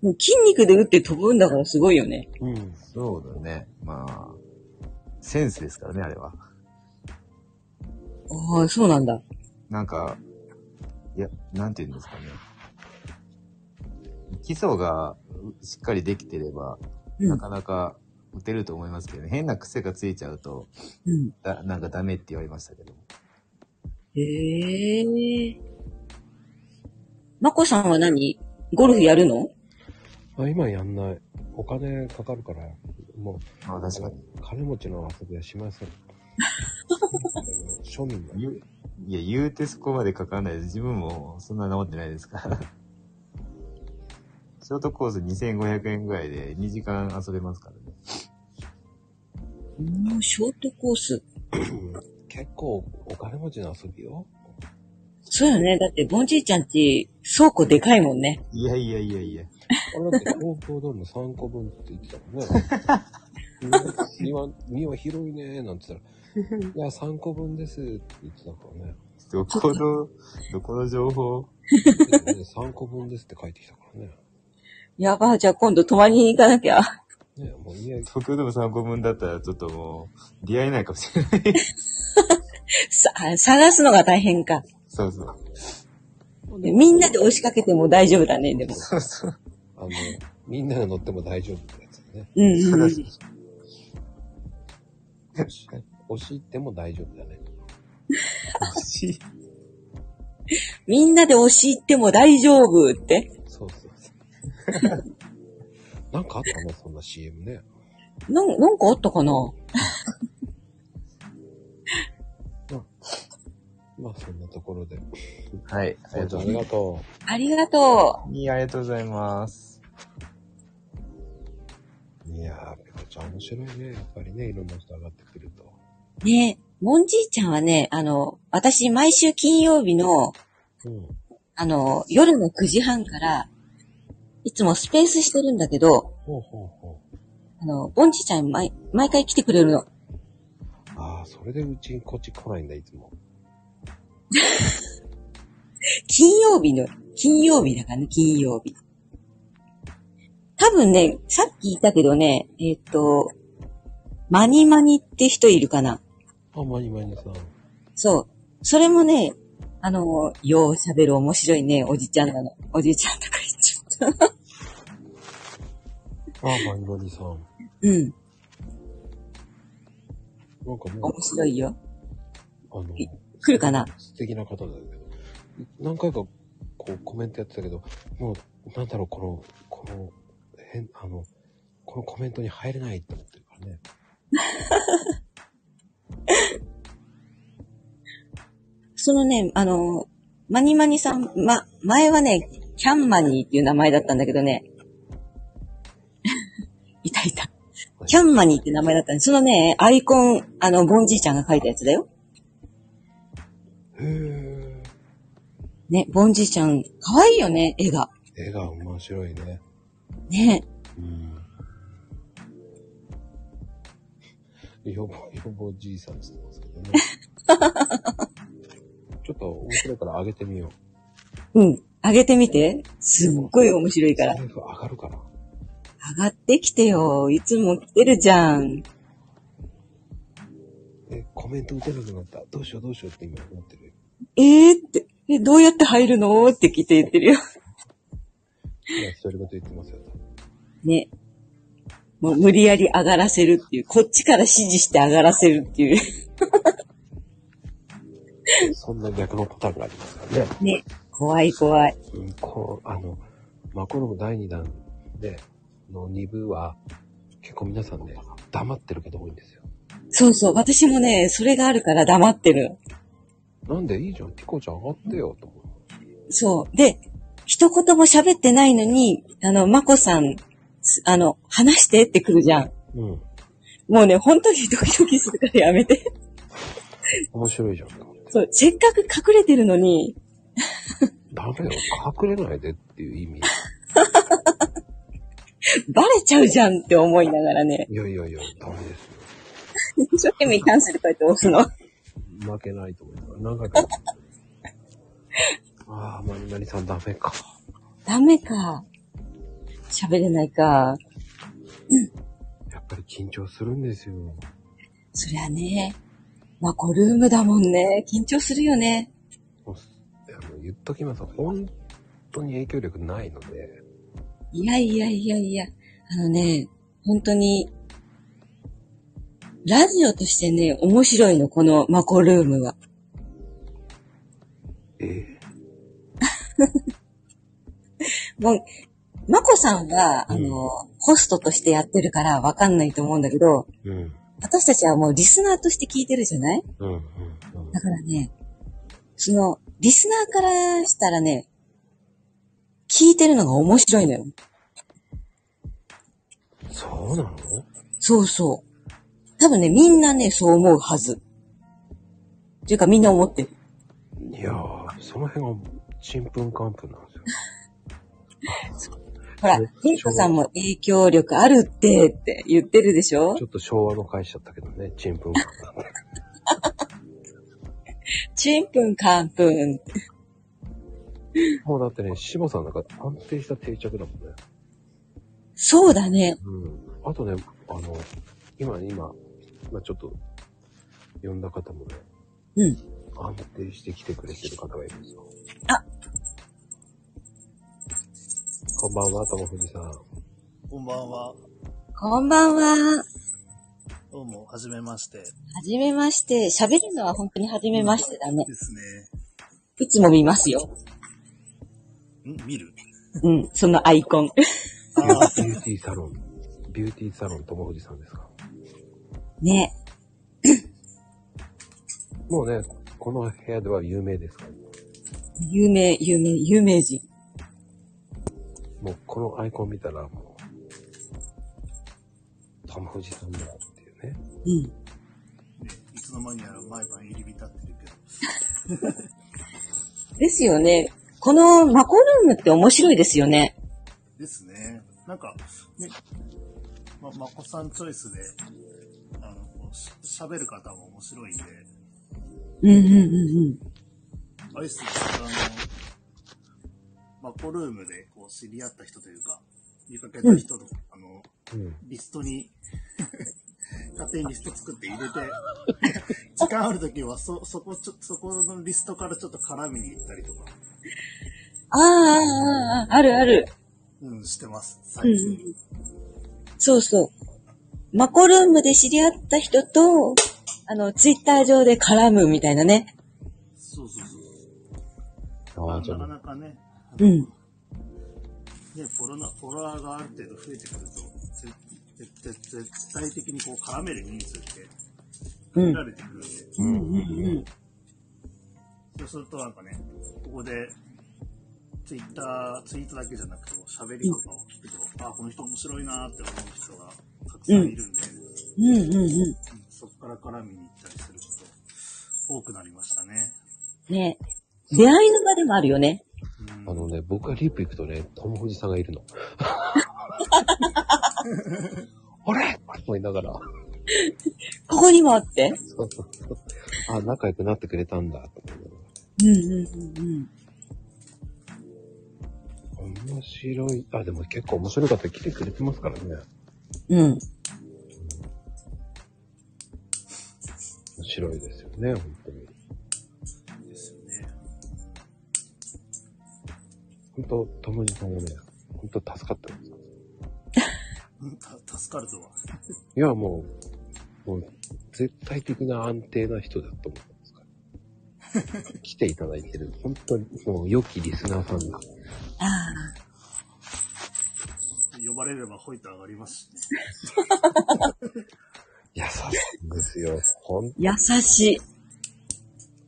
B: もう筋肉で打って飛ぶんだからすごいよね。
A: うん。
F: そうだね。まあ、センスですからね、あれは。
B: ああ、そうなんだ。
F: なんか、いや、なんて言うんですかね。基礎がうしっかりできてれば、
B: うん
F: なかなか打てると思いますけどね。変な癖がついちゃうと、
B: うん。
F: だなんかダメって言われましたけど。
B: へえ。まこさんは何ゴルフやるの
A: あ今やんない。お金かかるから、も
F: まあ確かに。
A: う、金持ちの遊びはしませ ん。あの庶民の。
F: 言ういや、言うてそこまでかかんないです。自分もそんな治ってないですから。 ショートコース2500円ぐらいで2時間遊べますからね。
B: うんショートコース。
A: うん結構、お金持ちの遊びよ。
B: そうよね。だって、ボンジーちゃんち、倉庫でかいもんね。
F: いやいやいやいや。
A: あれだって東京ドーム3個分って言ってたもんね。 庭、庭庭広いねーなんて言 ったら、いや、3個分ですって言ってたからね。
F: どこの、 どこの情報
A: 3個分ですって帰ってきたからね。
B: やば、じゃあ今度泊まりに行かなきゃ。
A: ね、もう家、
F: 東京でも3個分だったらちょっともう、出会えないかもしれない。
B: さ、探すのが大変か。
F: そうそう。
B: みんなで押しかけても大丈夫だね、でも。
F: そうそう。
A: あの、みんなが乗っても大丈夫ってやつだね。
B: うんうんうん。
A: 押し押し入っても大丈夫だ ね。
F: 欲しい。
B: みんなで押し入っても大丈夫って。
A: そうそうそう。なんかあったね、そんな CM ね。
B: なん、なんかあったかな
A: まあ、そんなところで。
F: はい。ありがと
A: あ
F: うござ
A: り
F: いま
A: がと
B: ありがと
F: す。いいありがとうございます。
A: う。いやー、ピコちゃん面白いね。やっぱりね、いろんな人上がってくると。
B: う。ねモンジーちゃんはね、あの、私、毎週金曜日の、
A: うん。
B: あの、夜の9時半から、いつもスペースしてるんだけど、
A: ほうほうほう。
B: あの、ボンジーちゃん毎、毎回来てくれるの。
A: ああ、それでうちにこっち来ないんだ、いつも。
B: 金曜日の、金曜日だからね、金曜日。多分ね、さっき言ったけどね、えっ、と、マニマニって人いるかな
A: あ、まにまにさん。
B: そう。それもね、あの、よう喋る面白いね、おじちゃんなの。おじちゃんとか言っちゃった。
A: あ、まにまにさん。
B: うん、
A: なんかもう
B: 面、白いよ。
A: あの、
B: 来るかな
A: 素敵な方だけど、何回かこうコメントやってたけど、もう、なんだろう、この、この、変、あの、このコメントに入れないって思ってるからね。
B: そのね、あの、マニマニさん、ま、前はね、キャンマニーっていう名前だったんだけどね。 いたいた。キャンマニーって名前だったんで、そのね、アイコン、あの、ボンジーちゃんが書いたやつだよ。
A: へ
B: ね、ボンジーちゃん、可愛いよね、絵が。
A: え。絵が面白いね。
B: ね。
A: うん。よぼよぼじいさんって言ってますけどね。ちょっと面白いから上げてみよう。
B: うん。あげてみて。すっごい面白いから。
A: 財布上がるかな
B: 上がってきてよ。いつも来てるじゃん。
A: え、コメント打てなくなった。どうしようどうしようって今思ってる。
B: えー、って、え、どうやって入るのって聞いて言ってるよ。
A: 今、独り言言ってますよ。
B: ね。もう無理やり上がらせるっていう、こっちから指示して上がらせるっていう。
A: そんな逆のパターンがありますからね。
B: ね。怖い怖い。
A: うん、こう、あの、マコロム第2弾で、の2部は、結構皆さんね、黙ってる方多いんですよ。
B: そうそう。私もね、それがあるから黙ってる。
A: なんでいいじゃん、ピコちゃん上がってよ、と思う。
B: そう。で、一言も喋ってないのに、あの、まこさん、すあの、話してって来るじゃん。
A: うん。
B: もうね、本当にドキドキするからやめて。
A: 面白いじゃん、と思って。
B: そう、せっかく隠れてるのに、
A: ダメよ、隠れないでっていう意味。
B: バレちゃうじゃんって思いながらね、
A: いやいやいや、ダメですよ。
B: 一生懸命キャンセル書いて押すの。
A: 負けないと思いながら、何回か言って。ああ、まりなりさんダメか。
B: ダメか。喋れないか。
A: やっぱり緊張するんですよ。
B: そりゃね、まこルームだもんね。緊張するよね。
A: もういやもう言っときます。本当に影響力ないので、
B: いやいやいやいや、あのね、本当に、ラジオとしてね、面白いの、このマコルームは。
A: え
B: もう、マコさんは、あの、ホストとしてやってるからわかんないと思うんだけど、
A: えうん。
B: 私たちはもうリスナーとして聞いてるじゃない
A: うん、うん、うん。
B: だからね、その、リスナーからしたらね、聞いてるのが面白いのよ。
A: そうなの
B: そうそう。多分ね、みんなね、そう思うはず。というか、みんな思ってる。
A: いやー、その辺がちんぷんかんぷんなんですよ。
B: ほら
A: ね、
B: ピンコさんも影響力あるって、って言ってるでしょ
A: ちょっと昭和の返しちゃったけどね、ちんぷんかんぷんなんで。
B: ちんぷんかんぷん。
A: もうだってね、しもさんなんか安定した定着だもんね。
B: そうだね。
A: うん。あとね、あの、今、今、今ちょっと、呼んだ方もね、
B: うん。
A: 安定して来てくれてる方がいるんですよ。
B: あ
A: こんばんは、ともふじさん。
G: こんばんは。
B: こんばんは。
G: どうも、はじめまして。
B: はじめまして。喋るのは本当にはじめましてだね。
G: です
B: いつも見ますよ。
G: ね。ん見る
B: うん。そのアイコン。
G: あー
A: ビューティーサロン、ビューティーサロン、ともふじさんですか。
B: ね。
A: もうね、この部屋では有名ですから、
B: 有名、有名、有名人。
A: もうこのアイコン見たら、もう、ともふじさんだっていうね。
B: うん。
G: ねいつの間にやら毎晩入り浸ってるけど。
B: ですよね。このマコルームって面白いですよね。
G: ですね。なんか、ね、ま、まこさんチョイスで、あの、こうし喋る方も面白いんで、
B: うんうんうん
G: アイスあの、マコルームでこう知り合った人というか、見かけた人の、あの、
A: うん。
G: リストに、 勝手にリスト作って入れて、時間あるときは、そ、そこちょ、そこのリストからちょっと絡みに行ったりとか、
B: ああ、ああ、ああ、あるある。
G: うん、してます、
B: うんう
G: 最
B: んう
G: 近。
B: ん。そうそう。マコルームで知り合った人と、あの、ツイッター上で絡むみたいなね。
G: そうそうそう。
A: ああ、じゃ
G: な
A: あ
G: かなかね、
B: うん。
G: ね、フォロナフォロワーがある程度増えてくると、絶絶絶絶対的にこう絡める人数って
B: うん
G: 限られてくるんで、
B: うんうん
G: そうするとなんかね、ここで、ツイッター、ツイートだけじゃなくて、喋りとかを聞くと、あ、この人面白いなーって思う人がたくさんいるんで、
B: うん。うんうんう
G: うんそこから絡みに行ったりすること、多くなりましたね。
B: ん。ね出会いの場でもあるよね。
G: うん
A: あのね、僕がリープ行くとね、トム・フジさんがいる の。あれ と思いながら。
B: ここにもあって。
A: そうそうそうあ、仲良くなってくれたんだ、と思いなが
B: うんうんうんうん。
A: ら。面面白い。あ、でも結構面白い方来てくれてますからね。
E: うん。
A: 面白いですよね、本当に。
G: ですよね。
A: 本当、友治さんがね、本当助かってます。
G: うんた助かるとは。
A: いや、もう、もう、絶対的な安定な人だと思ってます から。来ていただいてる。本当に、もう、良きリスナーさんが。
E: あ
G: 呼ばれればホイと上がりますしね。
A: 優しいんですよ。ほん、
E: 優し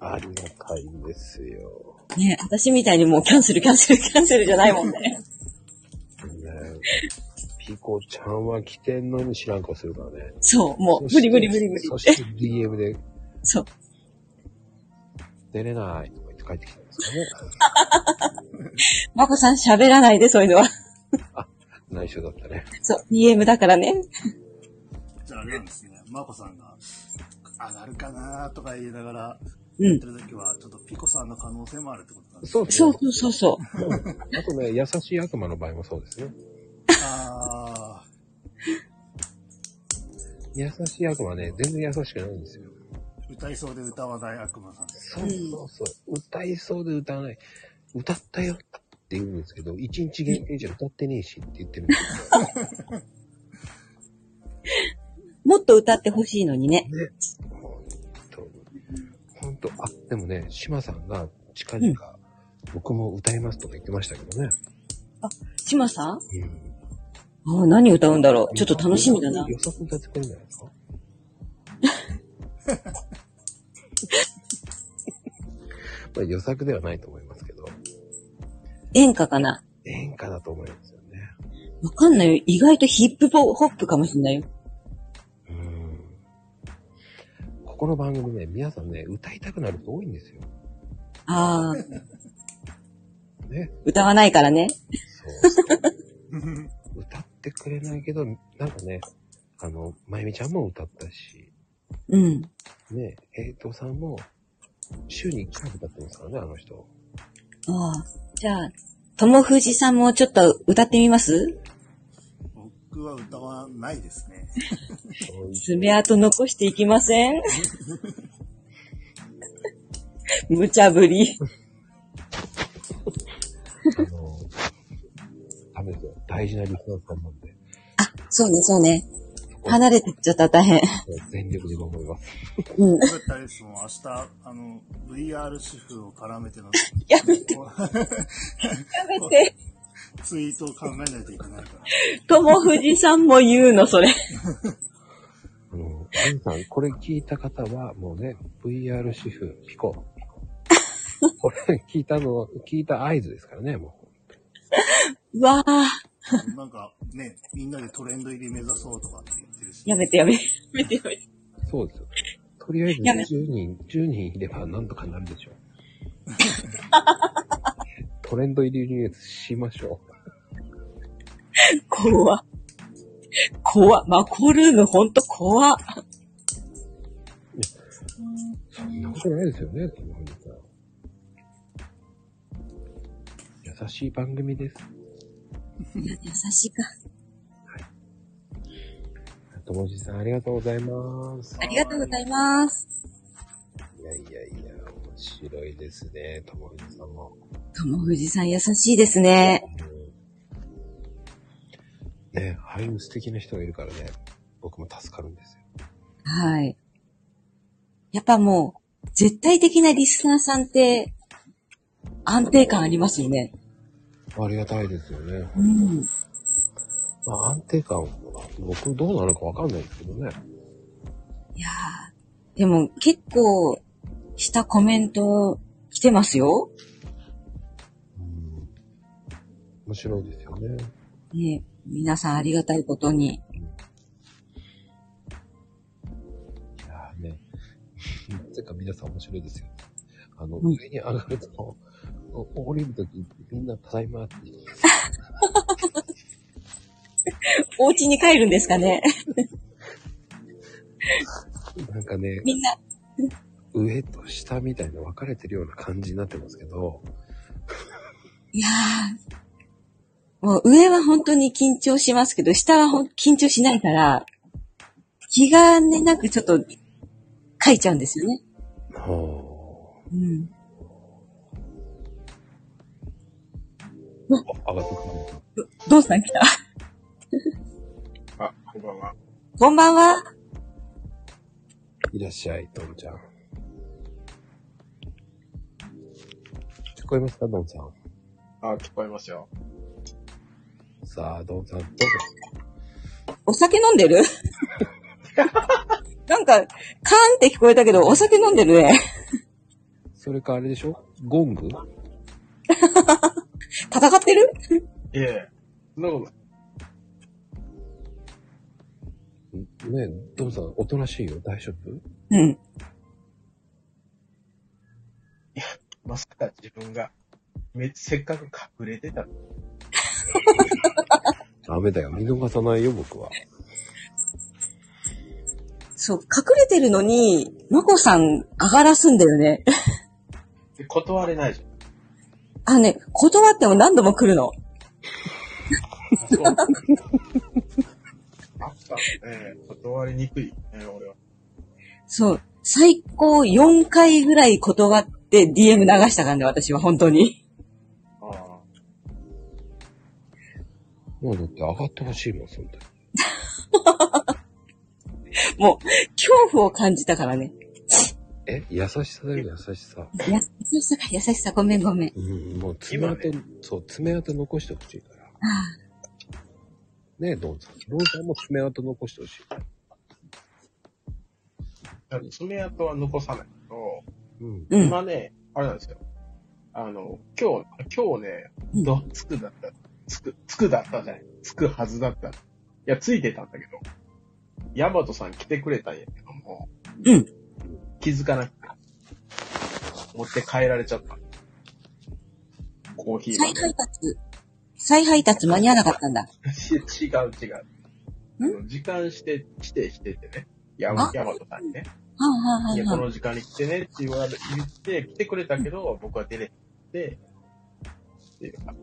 A: ありがたいんですよ。
E: い。ね私みたいにもうキャンセルキャンセルキャンセルじゃないもんね。
A: ねピコちゃんは来てんのに知らん顔するからね。
E: そう、もう、無理無理無理無理
A: そ
E: っ
A: して
E: て。
A: そして DM で
E: そう。
A: 出れないとか言って帰ってき たんですかね。
E: マコさん喋らないで、そういうの は。
A: 内緒だったね。
E: そう、DM だからね。
G: じゃああれなんですね。マコさんが、上がるかなとか言いながら、
E: う
G: やっ
E: ん
G: て。る時は、ちょっとピコさんの可能性もあるってことなんです
A: そう
E: そう
A: う。
E: そうそうそう。
A: あとね、優しい悪魔の場合もそうですね。
G: あ
A: 優しい悪魔ね、全然優しくないんですよ。
G: ー歌いそうで歌わない悪魔さんです。
A: そうそうそう。歌いそうで歌わない。歌ったよって言うんですけど、一日限定じゃ歌ってねえしって言ってるんですよ。
E: もっと歌ってほしいのにね。
A: 本当に。本当、あ、でもね、島さんが近々、僕も歌いますとか言ってましたけどね。
E: シマさん
A: うん
E: あ何歌うんだろう。ちょっと楽しみだな。
A: 予測歌ってくれるんじゃない ですかまあ予測ではないと思いますけど、
E: 演歌かな
A: 演歌だと思いますよね。
E: わかんないよ。意外とヒップホップかもしんないよ。
A: うん。ここの番組ね、皆さんね、歌いたくなる人多いんですよ。
E: ああ、
A: ね。
E: 歌わないからね。
A: そう。歌ってくれないけど、なんかね、あの、まゆみちゃんも歌ったし、
E: うん。
A: ね、えいとさんも、週に1回歌ってますからね、あの 人。
E: ああ。じゃあ、友藤さんもちょっと歌ってみます
G: 僕は歌わないですね。
E: 爪痕残していきません無茶ぶり。
A: あの、ダメですよ。大事なリスナーさんなんで、
E: そうね、そうね。離れてっちゃったら大変。
A: 全力で守ります。
E: うん。
G: これ大ですもん、明日、あの、VR 主婦を絡めての、
E: やめて、やめて。
G: ツイートを考えないといけないから。
E: 友藤さんも言うの、それ。
A: あの、皆さん、これ聞いた方は、もうね、VR 主婦、ピコ。これ聞いたの、聞いた合図ですからね、もう。
E: うわあ、
G: なんかね、みんなでトレンド入り目指そうとかって言ってるし。
E: やめてやめて、やめてやめて。
A: そうですよ。とりあえず
E: やめ
A: 10人、10人いればなんとかなるでしょう。トレンド入りニュースしましょ
E: 怖。怖。マコルームほんと怖。
A: う。そんなことないですよね、そのさん。優しい番組です。
E: 優しいか。
A: ともじさん、ありがとうございます
E: あ。りがとうございます。
A: いやいやいや、面白いですね、ともじさんも。
E: 友藤さん優しいですね。
A: うんね、ああいう素敵な人がいるからね、僕も助かるんですよ。
E: はい。やっぱもう、絶対的なリスナーさんって、安定感ありますよね。
A: ありがたいですよね。
E: うん。
A: まあ、安定感、僕どうなのかわかんないですけどね。
E: いやーでも結構、したコメント来てますよ。
A: うん。面白いですよね。
E: ね皆さんありがたいことに。
A: いやーね。てか皆さん面白いですよ。あの、
E: うん
A: 上に上がると、お降りるときみんなただいまって言うんです
E: お家に帰るんですかね
A: よなんかね、
E: みんな、
A: 上と下みたいな分かれてるような感じになってますけど、
E: いやーもう上は本当に緊張しますけど、下はほん緊張しないから、気がね、なんかちょっと書いちゃうんですよね。
A: は
E: うん。
A: あ。上がってくるね。
E: どうさん来た
H: あ、こんばんは。
E: こんばんは。
A: いらっしゃい、ドンちゃん。聞こえますか、ドンさん。
H: あ、聞こえますよ。
A: さあ、ドンさん、どうぞ。
E: お酒飲んで るなんか、カーンって聞こえたけど、お酒飲んでるね。
A: それかあれでしょゴング
E: 戦ってる
H: いえ、そんなこと
A: ねえ、ドンさん、おとなしいよ。大丈夫
E: うん。
H: まさか自分が、め、せっかく隠れてた。
A: ダメだよ。見逃さないよ、僕は。
E: そう、隠れてるのに、まこさん上がらすんだよね。
H: で断れないじ
E: あのね、断っても何度も来るの。
H: ゃ ん。あそう。あった。ええ断りにくい。ええ俺は。
E: そう、最高4回ぐらい断って DM 流したからね、私は本当に。
H: ああ。
A: もうだって上がってほしいもん、そんな。
E: もう、恐怖を感じたからね。
A: え優しさだよ、優しさ。
E: や優しさか、優しさ、ごめんごめん。
A: うん、もう爪痕、そう、爪痕残してほしいから。ねえ、ドンさん。ドンさんも爪痕残してほしい。
H: だから爪痕は残さないけど、
A: うん。
E: うん。
H: 今ね、あれなんですよ。あの、今日、今日ね、
E: うん
H: ど、つくだった。つく、つくだったじゃない。つくはずだった。いや、ついてたんだけど、ヤマトさん来てくれたんやけども、
E: うん。
H: 気づかなくて、持って帰られちゃった。コーヒー
E: 再
H: はね
E: 配達。再配達間に合わなかったんだ。
H: 違う違う。あの時間して、指定しててね。ヤマ
E: あ
H: ヤマトさんにね。
E: はあ、はあはいい
H: や、こ
E: はあ、
H: の時間に来てねって言われ、言って、来てくれたけど、僕は出れへんって、っていうか。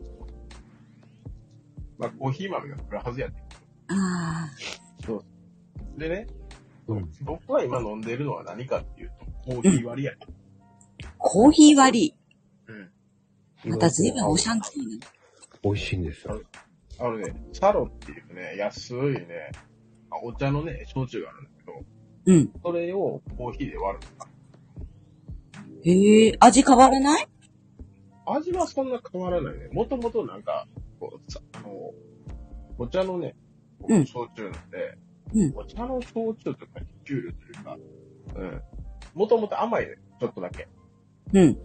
H: まあ、コーヒー豆が来るはずやね
E: あ
H: ん。でね、
A: うん。
H: 僕は今飲んでるのは何かっていうと、コーヒー割りやね
E: ーコーヒー割
H: ん。うん。
E: り。また随分おシャンティーな。
A: 美味しいんですよ。
H: あのね、サロっていうね、安いね、あお茶のね、焼酎があるんだけど、
E: うん。
H: それをコーヒーで割る。
E: へえ、味変わらない
H: 味はそんな変わらないね。もともとなんか、こうさあの、お茶のね、こ
E: うん
H: う焼酎なんで、
E: うん
H: お茶の焼酎とか給料というか、うん。もともと甘いね、ちょっとだけ。
E: うん。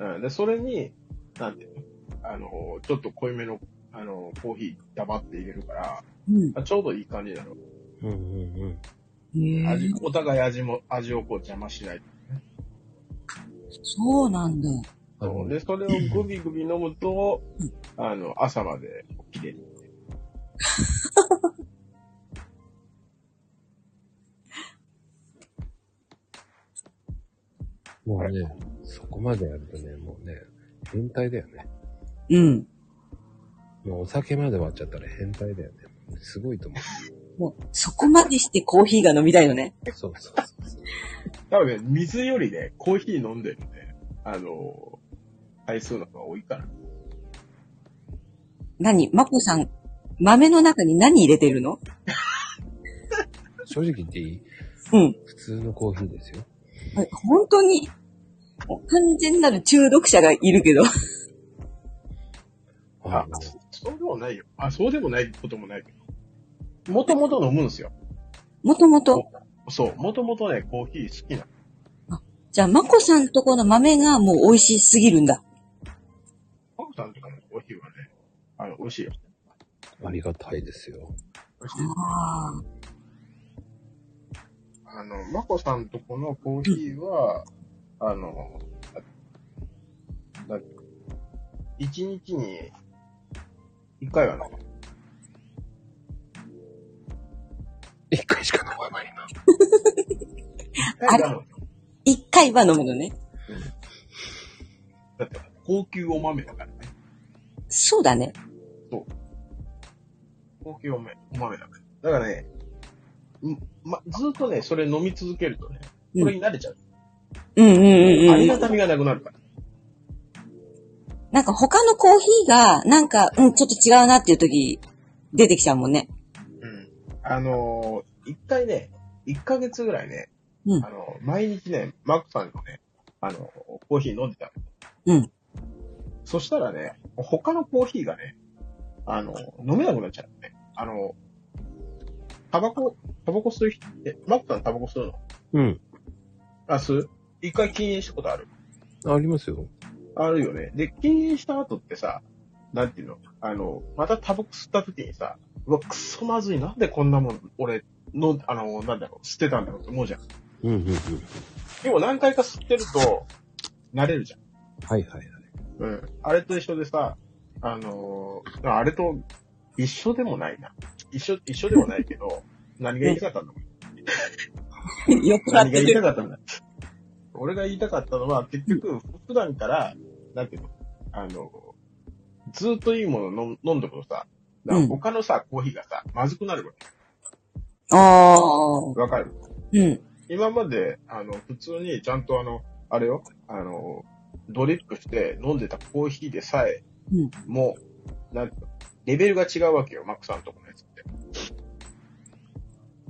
H: うん。で、それに、なんていうのあの、ちょっと濃いめの、あの、コーヒー黙って入れるから、
E: うん。
H: あちょうどいい感じなの。
A: うんうんうん。
E: へえ
H: 味、、お互い味も、味をこう邪魔しない。
E: そうなんだ。
A: あの
H: で、それをグビグビ飲むと、あの、朝まで起きれる。
A: もうね、そこまでやるとね、もうね、変態だよね。
E: うん。
A: もうお酒まで割っちゃったら変態だよね。すごいと思
E: もう、そこまでしてコーヒーが飲みたいよね。
A: う。 そうそうそう。
H: 多分ね、水よりね、コーヒー飲んでるね、あの、回数の方が多いから。
E: 何マコさん、豆の中に何入れてるの
A: 正直言っていい
E: うん。
A: 普通のコーヒーですよ。
E: はい本当に、完全なる中毒者がいるけど。
H: あ
A: の、
H: そそうでもないよ。あ、そうでもないこともないけど。もともと飲むんですよ。
E: もともと。
H: そう、もともとね、コーヒー好きな。
E: じゃあ、マコさんとこの豆がもう美味しすぎるんだ。
H: パクさんとかのコーヒーはね、あの、美味しいよ。
A: ありがたいですよ。
H: 美味しい
E: ああ。
H: あの、まこさんとこのコーヒーは、あの、あだ一日に一回は飲む。
A: 一回しか飲まないな。
H: 一回は飲む。
E: 一回は飲むのね。
H: だって、高級お豆だからね。
E: そうだね。
H: そう。高級お豆お豆だから。だからね、んま、ずっとね、それ飲み続けるとね、これに慣れちゃう。
B: うんうん
H: あ
B: うん
H: り
B: う
H: が
B: ん。
H: たみがなくなるから。
B: なんか他のコーヒーが、なんか、うん、ちょっと違うなっていう時、出てきちゃうもん ね。
H: うん。あのー一回ね、一ヶ月ぐらいね、
B: うん
H: あの、毎日ね、マックさんのね、あの、コーヒー飲んでたの。
B: うん。
H: そしたらね、他のコーヒーがね、あの、飲めなくなっちゃうね。あの、タバコ、タバコ吸う人って、マックさんタバコ吸うの
A: うん。
H: あ、吸う一回禁煙したことある
A: ありますよ。
H: あるよね。で、禁煙した後ってさ、なんていうのあの、またタバコ吸った時にさ、うわ、くそまずい。なんでこんなもん、俺、の、あの、なんだろう、吸ってたんだろうって思うじゃん。
A: うんうんうん。
H: でも何回か吸ってると、慣れるじゃん。
A: はいはいはい。
H: うん。あれと一緒でさ、あのーあれと一緒でもないな。一緒、一緒でもないけど、何が言いたかったの
B: よくな
H: 何
B: っ
H: が
B: て
H: 言い
B: る。
H: たかったんだ 俺が言いたかったのは、結局、普段から、なんていうの、あの、ずっといいものを飲ん飲んでくとさ、だから
B: うん
H: 他のさ、コーヒーがさ、まずくなるわけ。
B: ああ。
H: わかる
B: うん。
H: 今まで、あの、普通にちゃんとあの、あれよ、あの、ドリップして飲んでたコーヒーでさえ、
B: うん
H: もう、なんていうのレベルが違うわけよ、マックさんとこのやつっ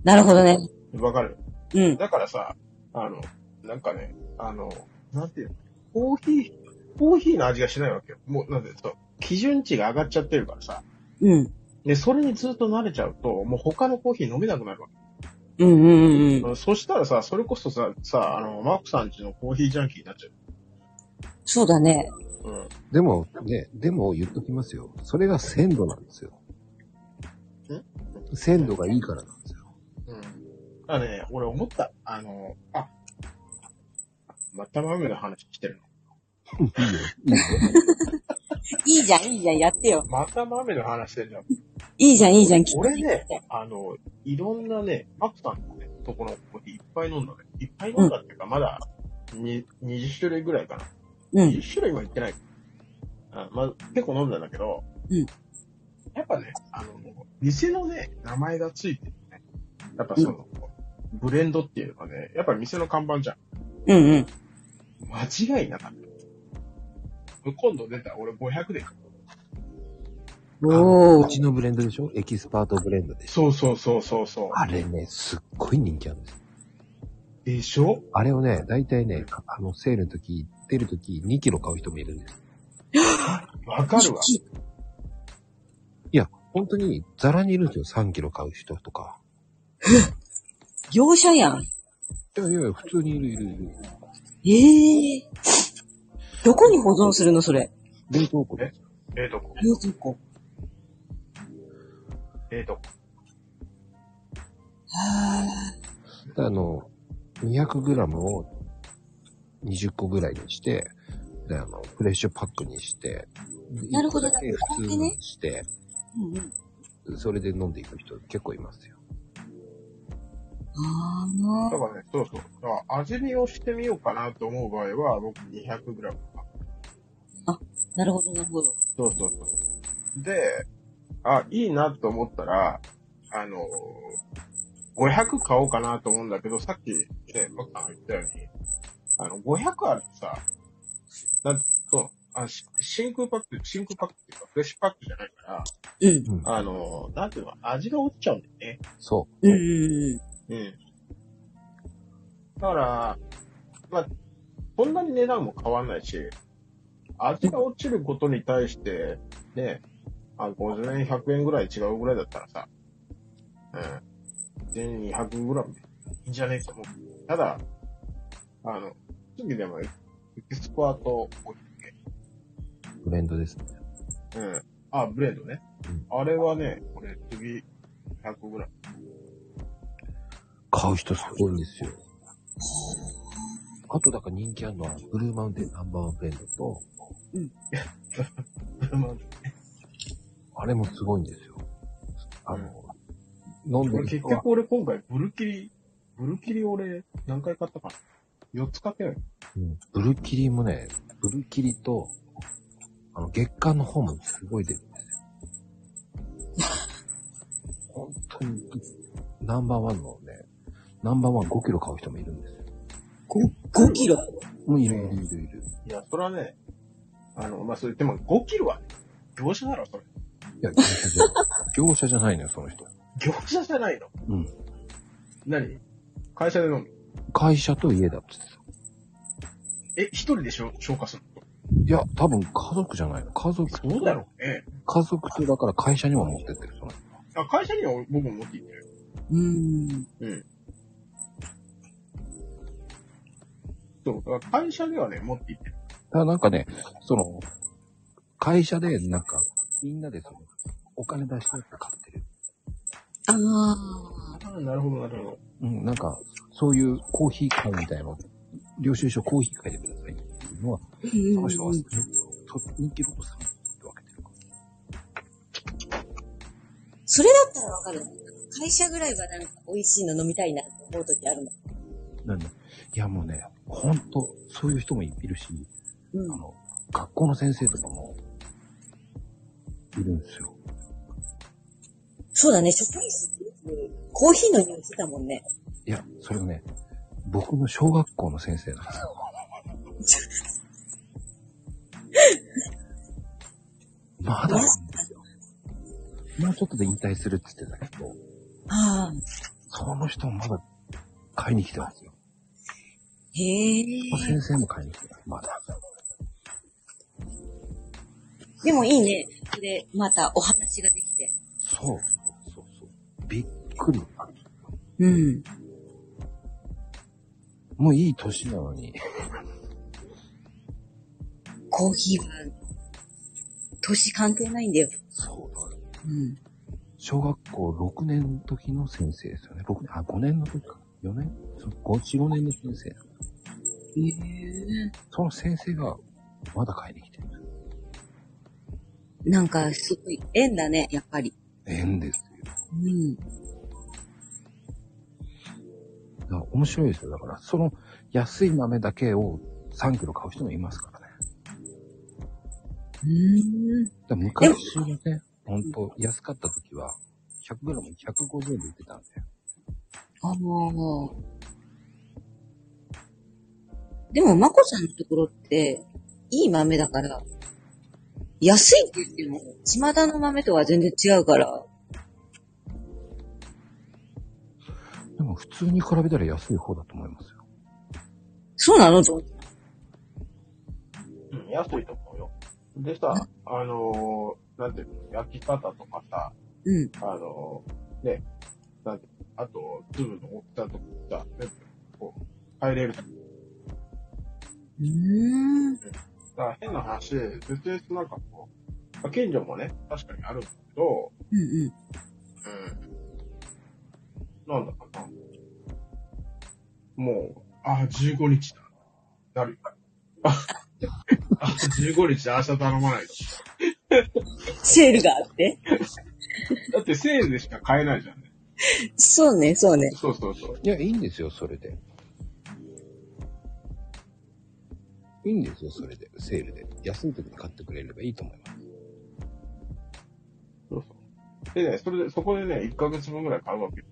B: なるほどね。
H: て。わかる
B: うん。
H: だからさ、あの、なんかね、あの、なんていうの、コーヒー、コーヒーの味がしないわけよ。もう、なんていうの、基準値が上がっちゃってるからさ。
B: うん。
H: で、それにずっと慣れちゃうと、もう他のコーヒー飲めなくなるわ
B: うんうんうんうん
H: け。。そしたらさ、それこそさ、さ、あの、マークさんちのコーヒージャンキーになっちゃ
B: そうだね。
H: う。うん。
A: でも、ね、でも言っときますよ。それが鮮度なんですよ。鮮度がいいからなんですよ。
H: うん。だからね、俺思った。あの、あ、また豆の話してるの。
B: いいじゃん、いいじゃん、やってよ。
H: また豆の話してるじゃん。
B: いいじゃん、いいじゃん、きっと
H: 俺ね、あの、いろんなね、マクさんのね、とこのコーヒーいっぱい飲んだね。いっぱい飲んだっていうか、まだ、に、20種類ぐらいかな。
B: うん。
H: 20種類は行ってない。あまあ、結構飲んだんだけど、
B: うん
H: やっぱね、あの、店のね、名前がついてるね。やっぱその、ブレンドっていうのはね、やっぱ店の看板じゃん。
B: うんうん。
H: 間違いなかった。今度出たら俺500で買う。
B: お
A: う
B: ー。
A: ちのブレンドでしょエキスパートブレンドでしょ
H: そうそうそうそうそう。
A: あれね、すっごい人気あるんですよ。
H: でしょ
A: あれをね、大体ね、かあの、セールの時、出る時、2キロ買う人もいるんです。
H: わかるわ。
A: いや、本当に、ザラにいるんですよ。3キロ買う人とか。
B: 業者やん。
A: いやいやいや、普通にいるいるいる。
B: ええどこに保存するの、それ。
A: 冷凍庫で。
H: ええとこ、
B: 冷蔵庫。
H: ええとこ。
B: は
A: あの、200グラムを20個ぐらいにして、で、あの、フレッシュパックにして、で
B: なるほど
A: 一個だけ普通にして、
B: ーうんうん。
A: それで飲んでいく人結構いますよ。
B: あ
H: だ
B: ー
H: からね、そうそう。だから味見をしてみようかなと思う場合は、僕 200g。
B: なるほど、なるほど。
H: そうそうそう。で、あ、いいなと思ったら、あのー、500買おうかなと思うんだけど、さっきね、マッカーが言ったように、あの、500あるとさ、なんてそう、あし真空パック、真空パックっていうか、フレッシュパックじゃないか
B: うん。
H: ら、あのー、なんていうの、味が落ちちゃうんだよね。
A: そ
B: うんうんうん。
H: うん。だから、まあ、そんなに値段も変わんないし、味が落ちることに対して、ね、あ50円、100円ぐらい違うぐらいだったらさ、うん、全200グラムでいいんじゃねえかも。ただ、あの、次でも、エキスパートコーヒー
A: う。ブレンドですね。
H: うん。あ、ブレードね。あれはね、これ次、100グラム。
A: 買う人すごいんですよ。あとだから人気あるのは、ブルーマウンテンナンバーワンブレンドと、あれもすごいんですよ。あの、飲んでる
H: 俺結
A: 人は
H: 局、俺今回ブルキリ、ブルキリ俺何回買ったかな ?4 つ買ったよね。
A: うんブルキリもね、ブルキリと、あの、月間の方もすごい出るんですよ。本当に、ナンバーワンのね、ナンバーワン5キロ買う人もいるんですよ。
B: 5キロ。
A: もういるいるいるいる。
H: いや、それはね、あの、まあ、それ、でも5キロは、業者だろ、それ。
A: いや、業者じゃ、業者じゃないのよ、その人。
H: 業者じゃないの。
A: うん。
H: 何会社で飲む。
A: 会社と家だって言ってた。
H: え、一人でしょ消化するの
A: いや、多分家族じゃないの。家族と、
H: どうだろうね。
A: 家族とだから会社には持ってってる、その人。
H: あ会社には僕も持って行ってる。
B: うーん。
H: うん。そう、だから会社ではね、持って行ってる。
A: だからなんかね、その、会社でなんか、みんなでその、お金出して買ってる。
B: ああ。
H: ああ、なるほど、なるほど。
A: うん、なんか、そういうコーヒー会みたいなの、領収書コーヒー会でくださいっていうのは、
B: うん
A: その人
B: う
A: は、
B: ん
A: そ人気ロトさんって分けてるから。
B: それだったらわかる。会社ぐらいはなんか美味しいの飲みたいなって思う時あるもん。
A: なんで、いやもうね、ほんと、そういう人もいるし、
B: うん
A: あの、学校の先生とかも、いるんですよ。
B: そうだね、職員室ってよくコーヒーの匂いしてたもんね。
A: いや、それがね、僕の小学校の先生なんですよ。まだなんですよ。もうちょっとで引退するって言ってたけど、
B: ああ。
A: その人もまだ買いに来てますよ。
B: へえ。
A: 先生も買いに来てます。まだ。
B: でもいいね。それ、またお話ができて。
A: そうそうそうそう。びっくり。
B: うん。
A: もういい年なのに。
B: コーヒーは、年関係ないんだよ。
A: そうだから。
B: うん。
A: 小学校6年の時の先生ですよね。6年、あ、5年の時か。4年そう ?5、4、5年の先生。
B: へえ。
A: その先生がまだ買いに来てる。
B: なんか、すごい縁だね、やっぱり。
A: 縁ですよ。
B: うん。
A: だから面白いですよ。だから、その安い豆だけを3キロ買う人もいますからね。
B: うん。
A: だから昔はね、ほんと安かった時は、100g150 円で売ってたんだよ。
B: あのでも、まこさんのところって、いい豆だから、安いって言っても、巷の豆とは全然違うから、
A: でも普通に比べたら安い方だと思いますよ。
B: そうなのと思って
H: うん、安いと思うよ。でさ、あのー、なんていうの、焼き方とかさ、
B: うん。
H: あのー、ね、なんていうのあと、粒の大きさとかさ、全部こう、変えれる。だ
B: うーん。
H: から変な話、別になんかこう、まあ近所もね、確かにあるんだけど、
B: うんうん。
H: うん。なんだかな。もう、あ、15日だ。なるよ。あ、あ15日で明日頼まないと。
B: セールがあって。
H: だって1000円でしか買えないじゃんね。
B: そうね、そうね。
H: そうそうそう。
A: いや、いいんですよ、それで。いいんですよ、それで。セールで。安い時に買ってくれればいいと思います。
H: そうそう。でね、それで、そこでね、1ヶ月分ぐらい買うわけ。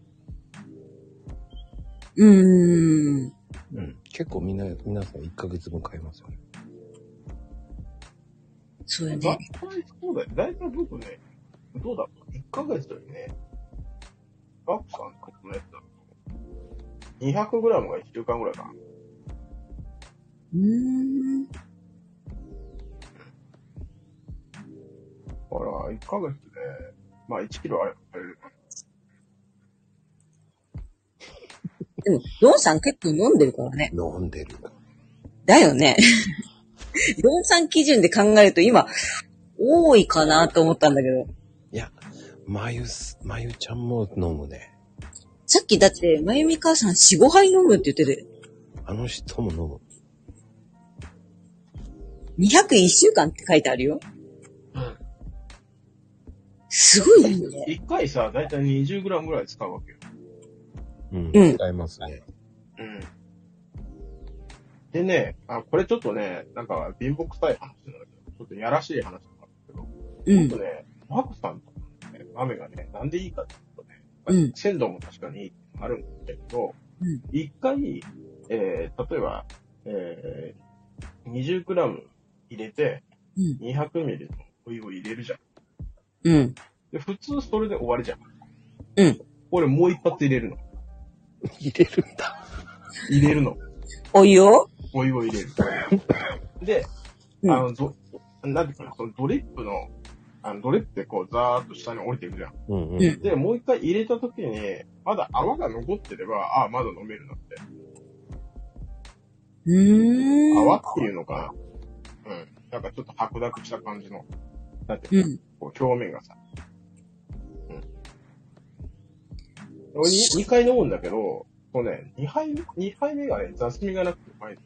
B: うーん。
A: うん。結構みんな、皆さん1ヶ月分買いますよね。
B: そうよ
H: 大体
B: ね。
H: そうだよ。大体僕ね、どうだろう。1ヶ月よりね、バックさんとこのやつだと、200グラムが1週間ぐらいかな。
B: うーん。
H: ほら、1ヶ月で、まあ1キロあれば買える。
B: でも、ドンさん結構飲んでるからね。
A: 飲んでる。
B: だよね。 ドンさん基準で考えると今、多いかなと思ったんだけど。
A: いや、まゆす、まゆちゃんも飲むね。
B: さっきだって、まゆみ母さん4、5杯飲むって言ってて、
A: あの人も飲む。
B: 201週間って書いてあるよ。すごいね。
H: 1回さ、だいたい20グラムぐらい使うわけよ。
A: うん。
B: うん
A: 使いますね。
H: うん。でね、あ、これちょっとね、なんか貧乏臭い話なんだけど、ちょっとやらしい話なんだけど、
B: うん
H: ちょっ。とね、マークさんとかね、豆がね、なんでいいかっていうとね、
B: うん
H: 鮮度も確かにあるんだけど
B: うん、
H: 一、回、えー例えば、えー、20g 入れて、
B: うん
H: 200ミリのお湯を入れるじゃん。
B: うん。
H: で、普通それで終わりじゃん。
B: うん。
H: 俺もう一発入れるの。
A: 入れるんだ。
H: 入れるの。
B: お湯を
H: お湯を入れる。で、
B: うん
H: あの、ど、なんていうかな、そのドリップの、あの、ドリップってこう、ザーっと下に降りていくじゃん。
A: うんうん。
B: うん
H: で、もう一回入れた時に、まだ泡が残ってれば、ああ、まだ飲めるなって。
B: うーん。
H: 泡っていうのかな。うん。なんかちょっと白濁した感じの、なんていううの、
B: ん。
H: こう表面がさ。うん。俺に2回飲むんだけど、こうね、2杯目、二杯目がね、雑味がなくてうまい。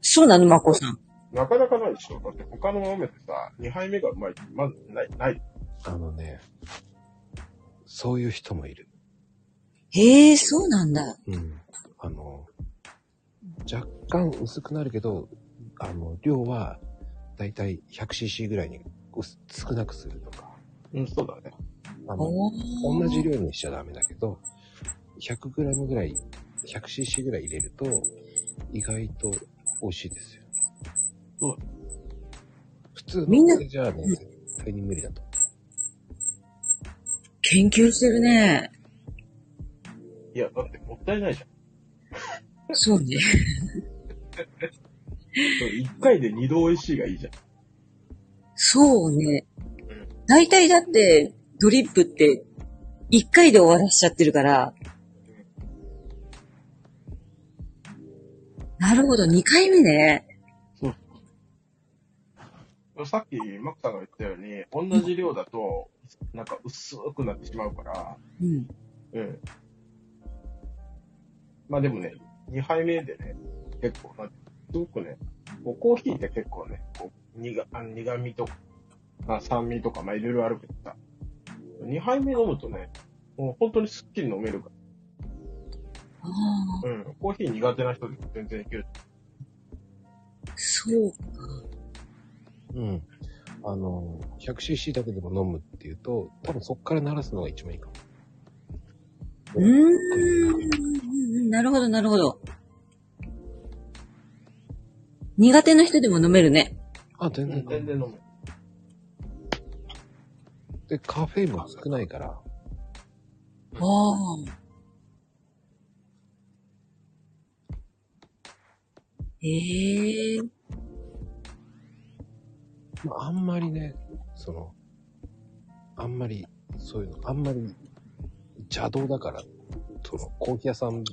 B: そうなの、まこさん。
H: なかなかないでしょ。だって他の豆ってさ、2杯目がうまいって、まずない、ない。
A: あのね、そういう人もいる。
B: へえ、そうなんだ。
A: うん。あの、若干薄くなるけど、あの、量は、だいたい 100cc ぐらいに薄少なくするとか。
H: うん、そうだね。
A: あの、
B: お
A: 同
B: ー
A: じ量にしちゃダメだけど、100g ぐらい、100cc ぐらい入れると、意外と美味しいですよ。
H: うん
A: 普通
B: みんな
A: のじゃあね、絶対に無理だと。
B: 研究してるね。
H: いや、だってもったいないじゃん。
B: そうね。
H: 1回で2度美味しいがいいじゃん。
B: そうね
H: うん。
B: 大体だって、ドリップって、一回で終わらしちゃってるから。なるほど、二回目ね。
H: さっき、マクさんが言ったように、同じ量だと、なんか薄くなってしまうから、
B: うん。
H: うん。まあでもね、2杯目でね、結構、なんてすごくね、こうコーヒーって結構ね、こう苦あの苦味とか、まあ、酸味とか、まあいろいろあるけどさ、2杯目飲むとね、もう本当にすっきり飲めるか
B: ああ、
H: ら、うん、コーヒー苦手な人でも全然いける。
B: そう。
A: うん。あの、100cc だけでも飲むっていうと、多分そっから慣らすのが一番いいかも。
B: うーんうんうん。なるほど、なるほど。苦手な人でも飲めるね。
A: あ、全
H: うん
A: 然。
H: 全然飲める。
A: で、カフェインも少ないから、
B: ああ。ええ
A: まあ、あんまりね、その、あんまり、そういうの、あんまり、邪道だから、その、コーヒー屋さん、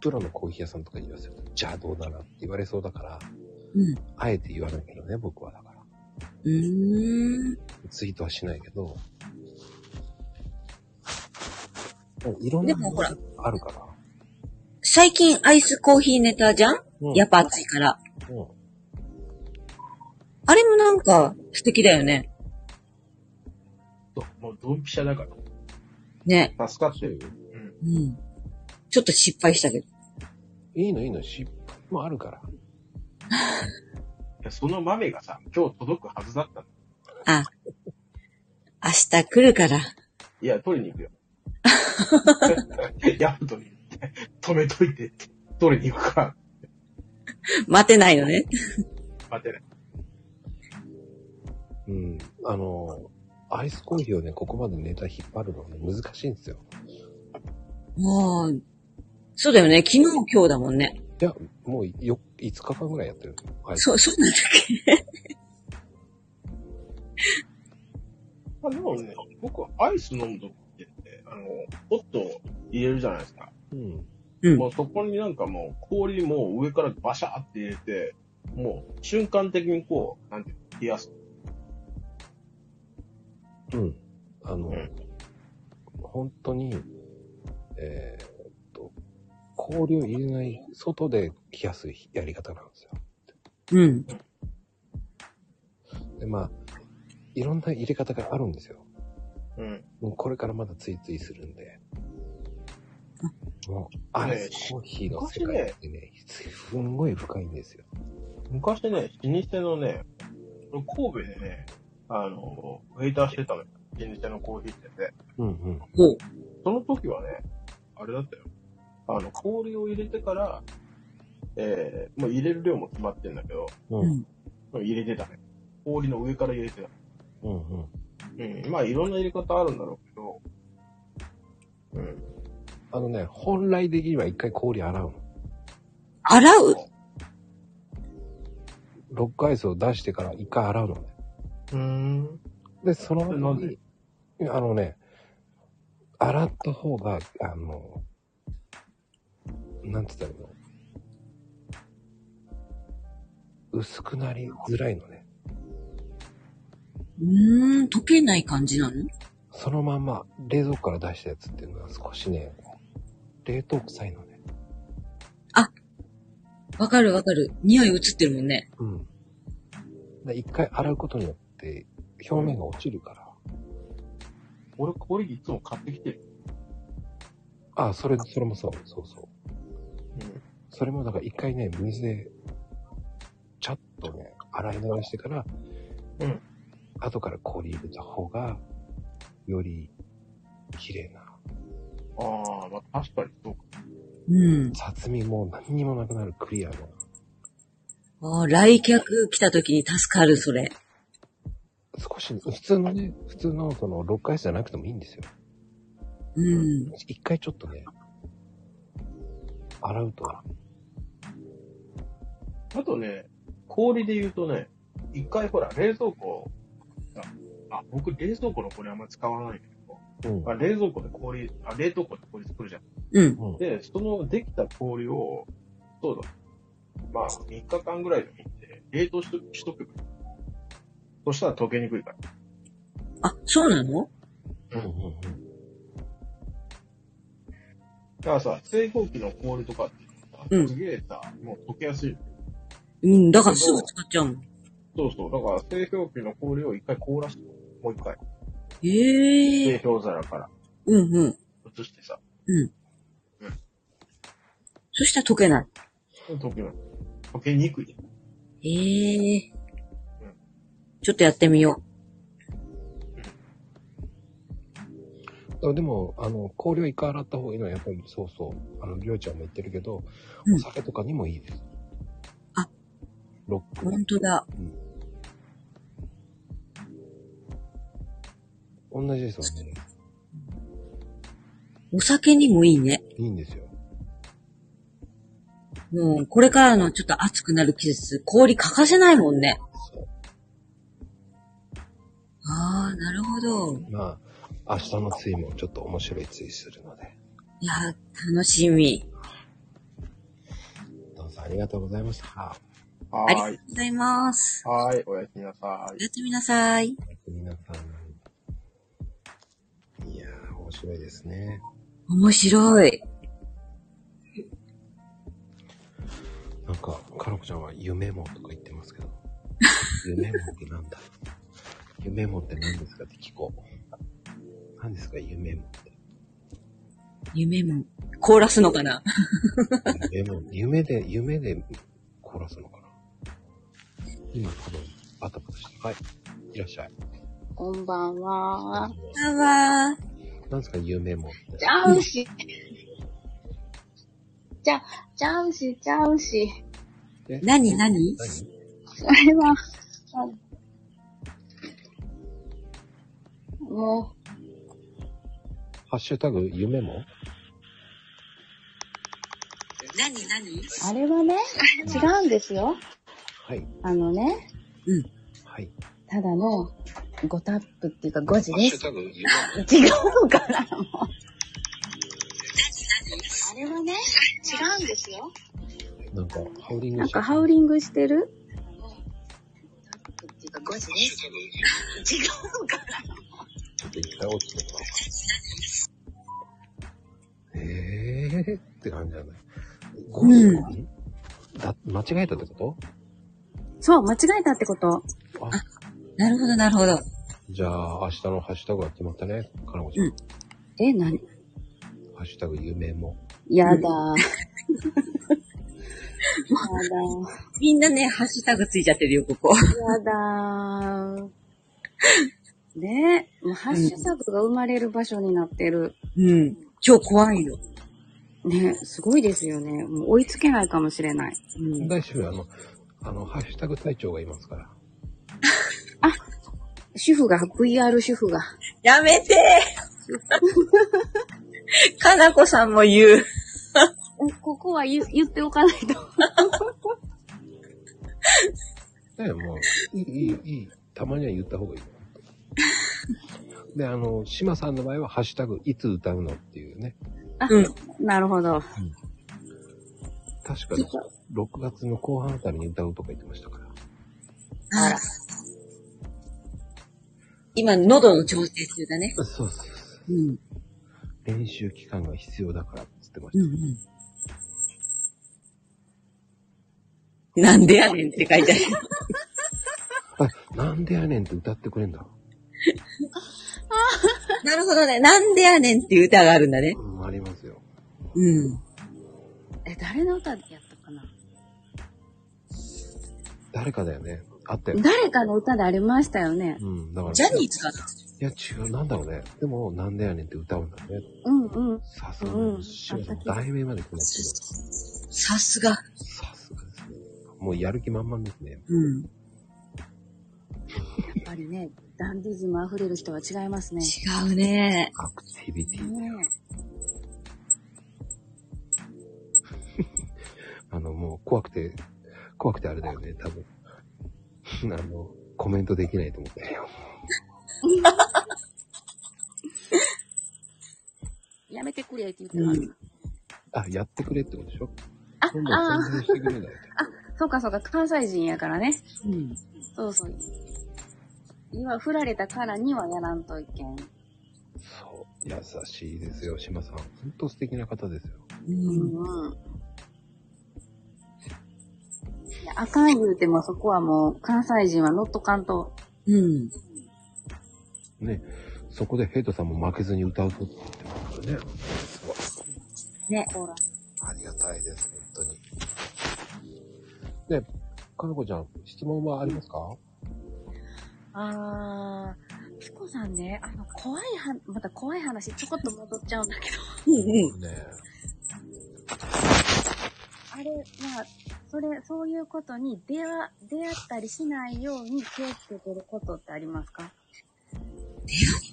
A: プロのコーヒー屋さんとかに言わせると邪道だなって言われそうだから、
B: うん。
A: あえて言わないけどね、僕はだから。
B: うーん。
A: ツイートはしないけど、もういろん
B: で
A: な
B: もほら
A: あるから。
B: 最近アイスコーヒーネタじゃん、
A: うん
B: やっぱ暑いから。
A: うん
B: あれもなんか素敵だよね。
H: そうもうドンピシャだか
B: ね。
H: ら。助かってる。
B: うん。ちょっと失敗したけど。
A: いいのいいの、失敗もあるから。
H: いやその豆がさ、今日届くはずだったの。
B: あ、明日来るから。
H: いや、取りに行く よ。ヤフトに行って、止めといてって、取りに行くから、
B: 待てないよね。
H: 待てない。
A: うん。あの、アイスコーヒーをね、ここまでネタ引っ張るのね、難しいんですよ。
B: もう、そうだよね。昨日今日だもんね。
A: いや、もうよ5日間ぐらいやってる。はい。
B: そう、そうなんだっけ。
H: まあでもね、僕、アイス飲むときって、あの、ポット入れるじゃないですか。
A: うん。
B: うん
H: もうそこになんかもう、氷もう上からバシャーって入れて、もう瞬間的にこう、なんていうの冷やす。
A: うん。あの、
H: うん
A: 本当に、えーっと、氷を入れない、外で冷やすやり方なんですよ。
B: うん。
A: で、まあ、いろんな入れ方があるんですよ。
H: うん。
A: もうこれからまだついついするんで。もう、アイスコーヒーの世界ってね、すんごい深いんですよ。
H: 昔ね、老舗のね、神戸でね、あの、ウェイターしてたのよ。銀茶のコーヒー店で。
A: うんうん。
B: ほう。
H: その時はね、あれだったよ。あの、氷を入れてから、えー、もう入れる量も決まってんだけど、
A: うん
H: もう入れてたね。氷の上から入れてた。
A: うんうん。
H: うん。まあ、いろんな入れ方あるんだろうけど、うん。
A: あのね、本来的には一回氷洗うの。
B: 洗う
A: ロックアイスを出してから一回洗うのね。
H: うーん。
A: で、その
H: な
A: 後
H: ん
A: に
H: で、
A: あのね、洗った方が、あの、なんて言ったらいいの薄くなりづらいのね。
B: うーん、溶けない感じなの
A: そのまんま冷蔵庫から出したやつっていうのは少しね、冷凍臭いのね。
B: わかるわかる。匂い移ってるもんね。
A: うん。で一回洗うことによって表面が落ちるから。
H: 俺、氷いつも買ってきてる。
A: あ、それ、それもそう、そうそう。
H: うん。
A: それもだから一回ね、水で、ちゃっとね、洗い流してから、
H: うん。
A: 後から氷入れた方が、より、綺麗な。
H: ああ、まあ、確かにそうか。
B: うん。
A: 雑味も何にもなくなるクリアな。
B: あー来客来た時に助かる、それ。
A: 少し、普通のね、普通のその、6回じゃなくてもいいんですよ。
B: うん。
A: 一回ちょっとね、洗うと。
H: あとね、氷で言うとね、一回ほら、冷蔵庫、あ、あ僕冷蔵庫のこれあんま使わないんだけど、
A: うん
H: まあ、冷蔵庫で氷、あ、冷凍庫で氷作るじゃん。
B: うん。
A: うん。
H: で、そのできた氷を、そうだ、まあ、3日間ぐらいでもいいんで、冷凍しとしとけばいい。そしたら溶けにくいから。
B: あ、そうなの
A: うんうんうん。
H: だからさ、製氷機の氷とかっていうのはさ、
B: うん
H: すげえさ、もう溶けやすい。
B: うん、だからすぐ使っちゃうもん。
H: そうそう、だから製氷機の氷を一回凍らして、もう一回、
B: へえ。
H: 製氷皿から
B: うんうん。
H: 移してさ、
B: そしたら溶けな
H: 溶けない。溶けにくい。
B: い。へえ
H: うん。
B: ちょっとやってみよ
A: あでも、あの、氷は一回洗った方がいいのは、やっぱりそうそう。あの、りょうちゃんも言ってるけど、
B: うん
A: お酒とかにもいいです。
B: あ
A: ロッ
B: う。ほ
A: ク。
B: んとだ。
A: 同じですよね。
B: お酒にもいいね。
A: いいんですよ。
B: もう、これからのちょっと暑くなる季節、氷欠かせないもんね。
A: そ
B: ああ、なるほど。
A: う。まあ、明日のついもちょっと面白いついするので。
B: いや、楽しみ。
A: どうぞありがとうございました。
H: は
B: ありが
H: ー
B: と
H: い。
B: うございます。
H: はーい。おやすみなさい。
B: やってみなさい。
A: 皆さん。いやー、面白いですね。
B: 面白い。
A: なんか、かのこちゃんは夢もとか言ってます けど。夢もってなんだ夢もって何ですかって聞こう。何ですか夢もって。
B: 夢も、凍らすのかな
A: 夢も、夢で、夢で凍らすのかな今多分、バタバタして。はい。いらっしゃい。
I: こんばんは。
B: だわー。
A: 何ですか夢もって。
I: ちゃうし。ちゃ、ちゃうし、ちゃうし。
A: え
B: 何何
A: 何
I: それは、あも
A: ハッシュタグ夢も
B: 何何
I: う、あれはね、違うんですよ。
A: はい。
I: あのね、
A: はい。
I: ただの、ごタップっていうか5時です。
A: タグ夢
I: 違うから、もう。あれはね、違うんですよ。
A: もなんか、ハウリング
I: なん
A: しちゃ
I: か
A: った
I: ハウリングしてる
A: ちょっと一回落ちてもらええー、って感じじゃない5時、ん、だ間違えたってこ
I: そう、間違えたってこと。
A: とあ、
B: なるほど、なるほど。
A: じゃあ、明日のハッシュタグが決まったね。かなこちゃん。
B: う
I: え、なに
A: ハッシュタグ夢も。
I: やだー。やだ
B: みんなね、ハッシュタグついちゃってるよ、ここ。
I: ー。やだー。
E: ねえ、もうハッシュタグが生まれる場所になってる。
B: うん。超怖いよ。
E: ねえ、すごいですよね。もう追いつけないかもしれない。うん。
A: 大丈夫あの、あの、ハッシュタグ隊長がいますから。
E: 主婦が、VR 主婦が。
B: やめ てかなこさんも言 う。
E: ここは言言っておかないと。
A: ねえもう、いい、いい、いい。たまには言った方がいい。で、あの、島さんの場合は、ハッシュタグ、いつ歌うのっていうね。
B: うん。
E: なるほど。
A: 確かに、6月の後半あたりに歌うとか言ってましたから。
B: あら。今、喉の調整中だね。
A: そうそうそう。
B: うん。
A: 練習期間が必要だからって言ってまし
B: う
A: た。
B: んうん。なんでやねんって書いてある。
A: あ、なんでやねんって歌ってくれんだ。
B: なるほどね。なんでやねんっていう歌があるんだね。
A: うん、ありますよ。
B: うん。
E: え、誰の歌でやったかな
A: 誰かだよね。あったよ。
E: 誰かの歌でありましたよね。
A: うん、だから。
B: ジャニーズかない
A: や、違う、なんだろうね。でも、なんでやねんって歌うんだね。
E: うんうん。
A: さすが
E: う
A: に、
E: ん
A: 島さ
E: あ
A: ん、
E: った気が
A: 題名まで決まってる。
B: さすが。
A: さすがですね。もうやる気満々ですね。
B: うん。
E: やっぱりね、ダンディズム溢れる人は違いますね。
B: 違うね。
A: アクティビティ。
E: ね
A: あの、もう怖くて、怖くてあれだよね、多分。あの、コメントできないと思ってるよ。
E: えやめてくれって言ってます。
B: うん
A: あ、やってくれってことでしょ
E: あ
A: どんど
E: あ
A: ん宣伝してくれないと。
E: そうかそうか、関西人やからね。
B: うん。
E: そうそう。今、振られたからにはやらんといけん。
A: そう。優しいですよ、島さん。本当素敵な方ですよ。
B: うん。
E: うんうん。いや、あかん言うてもそこはもう、関西人は乗っとかんと。
B: うん。
A: ね。そこでヘイトさんも負けずに歌うとって言ってますからね。すごい。
E: ね。ほら。
A: ありがたいです、本当に。ね、かのこちゃん、質問はありますか、
E: あー、ピコさんね、あの、怖いは、また怖い話、ちょこっと戻っちゃうんだけど。
B: うん。
A: ね
E: あれ、まあ、それ、そういうことに出会、出会ったりしないように気をつけてることってありますか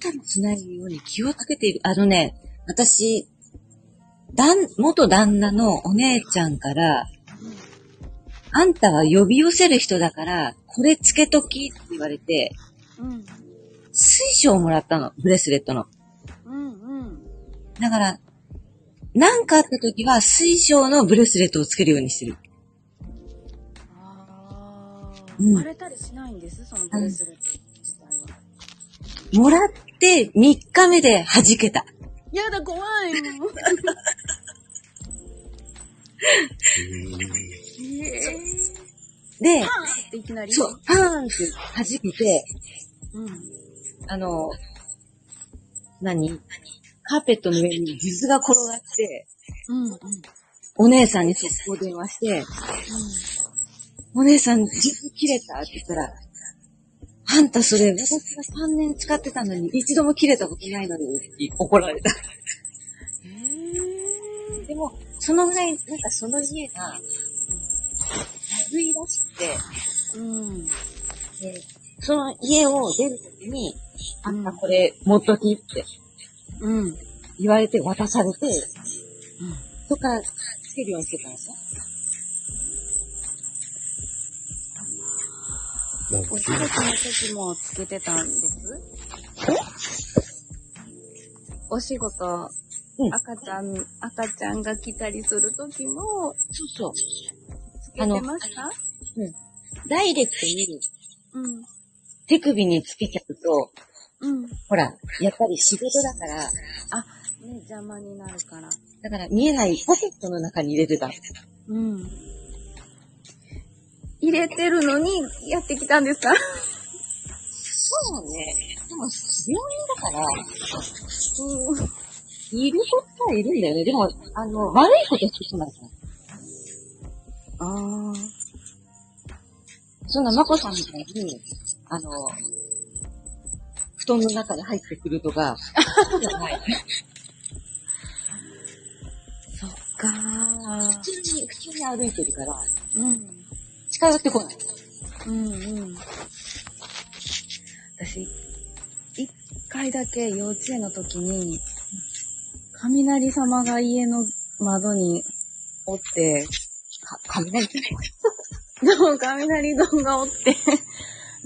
B: たりしないように気をつけている。あのね、私、旦、元旦那のお姉ちゃんから、あんたは呼び寄せる人だから、これつけときって言われて、
E: うん。
B: 水晶をもらったの、ブレスレットの。
E: うんうん。
B: だから、なんかあった時は水晶のブレスレットをつけるようにしてる。
E: あー、
B: うん
E: 割れたりしないんですそのブレスレット自体は。
B: もらって3日目で弾けた。
E: やだ、怖いもうえー
B: で、
E: パーンっていきなり
B: そう、パーンって弾けて、
E: うん。
B: あの、何カーペットの上に水が転がって、
E: うん。うん。
B: お姉さんに速攻電話して、お姉さん、水切れたって言ったら、あんたそれ、私が3年使ってたのに、一度も切れたことないのに、って怒られた。でも、そのぐらい、なんかその家が、悪いらしくて、
E: うん。
B: でその家を出るときに、あんたこれ持っときって
E: うん。
B: 言われて渡されて、とかつけるようにしてたんです
A: え。
B: よ。
A: なんか
E: お仕事の時もつけてたんですお仕事、
B: うん
E: 赤ちゃん、赤ちゃんが来たりする時
B: そ
E: も、
B: うそう。
E: つけてました
B: ダイレクトに
E: うん。
B: 手首につけちゃうと、
E: うん。ね、
B: ほら、やっぱり仕事だから、
E: 邪魔になるから。
B: だから見えないポケットの中に入れてた。
E: うん。入れてるのに、やってきたんですか
B: そうね。でも、病院だから、
E: うん。
B: いることはいるんだよね。でも、あの、悪いことしてしまうから。
E: ああ。
B: そんな、まこさんみたいに、あの、布団の中に入ってくるとか、そうじゃない。
E: そっか
B: 普
E: ー。
B: 通に、普通に歩いてるから、
E: うん。
B: 近寄ってこない。
E: うんうん。私、一回だけ幼稚園の時に、雷様が家の窓におって、
B: か、雷じゃない。
E: そう、雷丼がおって、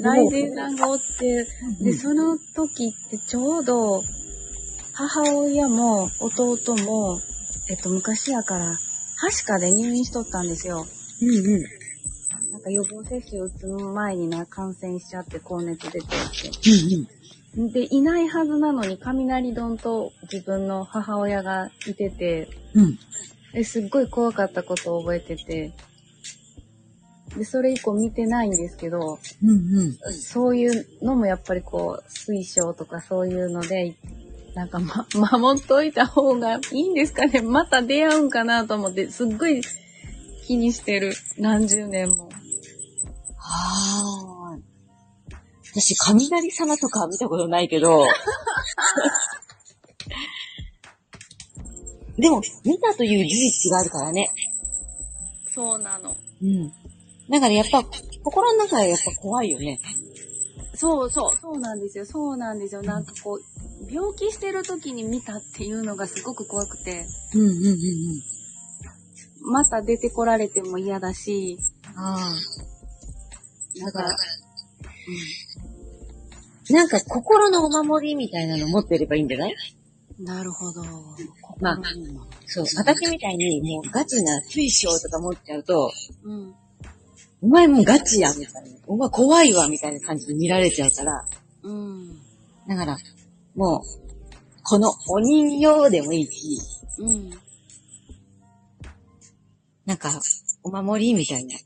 E: 雷神さんがおって、で、その時ってちょうど、母親も弟も、えっと、昔やから、はしかで入院しとったんですよ。
B: うんうん。
E: なんか予防接種を打つ前にな、感染しちゃって、高熱出てって。で、いないはずなのに、雷丼と自分の母親がいてて、
B: うん
E: ですっごい怖かったことを覚えてて、で、それ以降見てないんですけど、
B: うんうん。
E: そういうのもやっぱりこう、推奨とかそういうので、なんかま、 守っといた方がいいんですかねまた出会うんかなと思って、すっごい気にしてる。何十年も。
B: はーい。私、雷様とかは見たことないけ ど、でも、見たという事実があるからね。
E: そうなの。
B: うん。だからやっぱ、心の中はやっぱ怖いよね。
E: そうそう、そうなんですよ。そうなんですよ。なんかこう、病気してる時に見たっていうのがすごく怖くて、
B: うんうんうんうん。
E: また出てこられても嫌だし、
B: あ
E: なんか、
B: あ。なんか心のお守りみたいなの持ってればいいんじゃない
E: なるほど。
B: まあ、そう。私みたいにもうガチな水晶とか持っちゃうと、
E: うん。
B: お前もうガチや、みたいな。お前怖いわ、みたいな感じで見られちゃうから。
E: うん。
B: だから、もう、このお人形でもいいし、
E: うん。
B: なんか、お守りみたいな。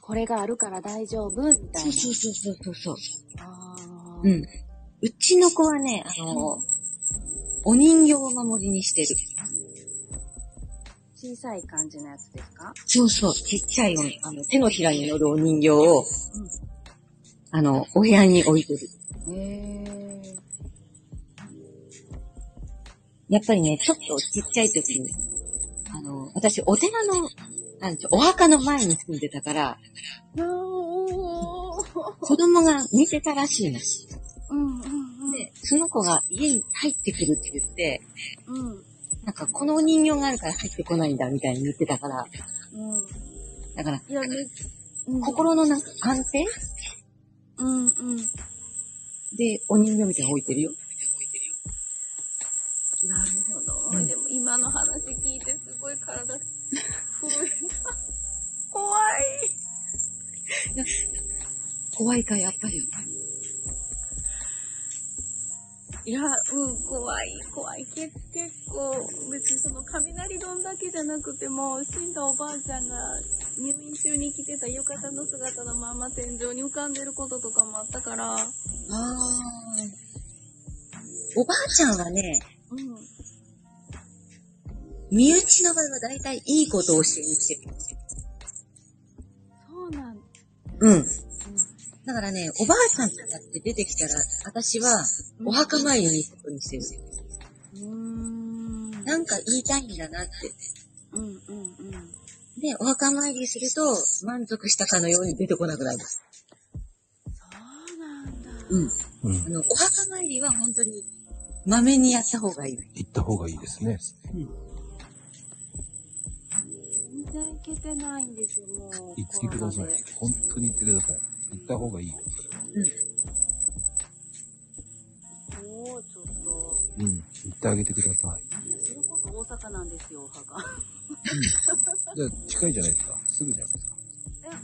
E: これがあるから大丈夫みたいな。
B: うそうそうそうそう。
E: あー
B: うん。うちの子はね、あの、お人形をお守りにしてる。
E: 小さい感じのやつですか
B: そうそう。ちっちゃいおあの、手のひらに乗るお人形を、あの、お部屋に置いてる。
E: へえ。
B: やっぱりね、ちょっとちっちゃい時に、あの、私、お寺の、あの、お墓の前に住んでたから、
E: なおー。
B: 子供が見てたらしいの。
E: うんうん
B: で、その子が家に入ってくるって言って、
E: うん。
B: なんかこのお人形があるから入ってこないんだみたいに言ってたから、
E: うん。うん。
B: だから
E: いや、めうん
B: 心のなんか安定
E: うんうん。
B: でお人形みたいなの置いてるよ。
E: なるほど。でも今の話聞いてすごい体震 えた。怖い。
B: 怖いか、やっぱりやっぱり。
E: いや、うん、怖い、怖い。け結構、別にその雷丼だけじゃなくても、死んだおばあちゃんが入院中に着てた浴衣の姿のまま天井に浮かんでることとかもあったから、
B: あー。おばあちゃんはね、
E: うん。
B: 身内の場合は大体いいことをして生きてる。
E: そうなん
B: うん。だからね、おばあちゃんとかって出てきたら、私はお墓参りに行くことにしてる。
E: うーん。うん
B: なんか言いたいんだなって。
E: うんうん。
B: で、お墓参りすると、満足したかのように出てこなくなる。
E: そうなんだ。
B: うん。
F: うん
B: あの、お墓参りは本当に、まめにやった方がいい。
A: 行った方がいいですね。
E: 全然いけてないんですよ、もう。
A: 行ってください
E: コロナで。
A: 本当に行ってください。行った方がいい。
E: もうちょっと。
A: うん。行ってあげてください。
E: いや、それこそ大阪なんですよ、お墓。
A: じゃあ、近いじゃないですか。すぐじゃないですか。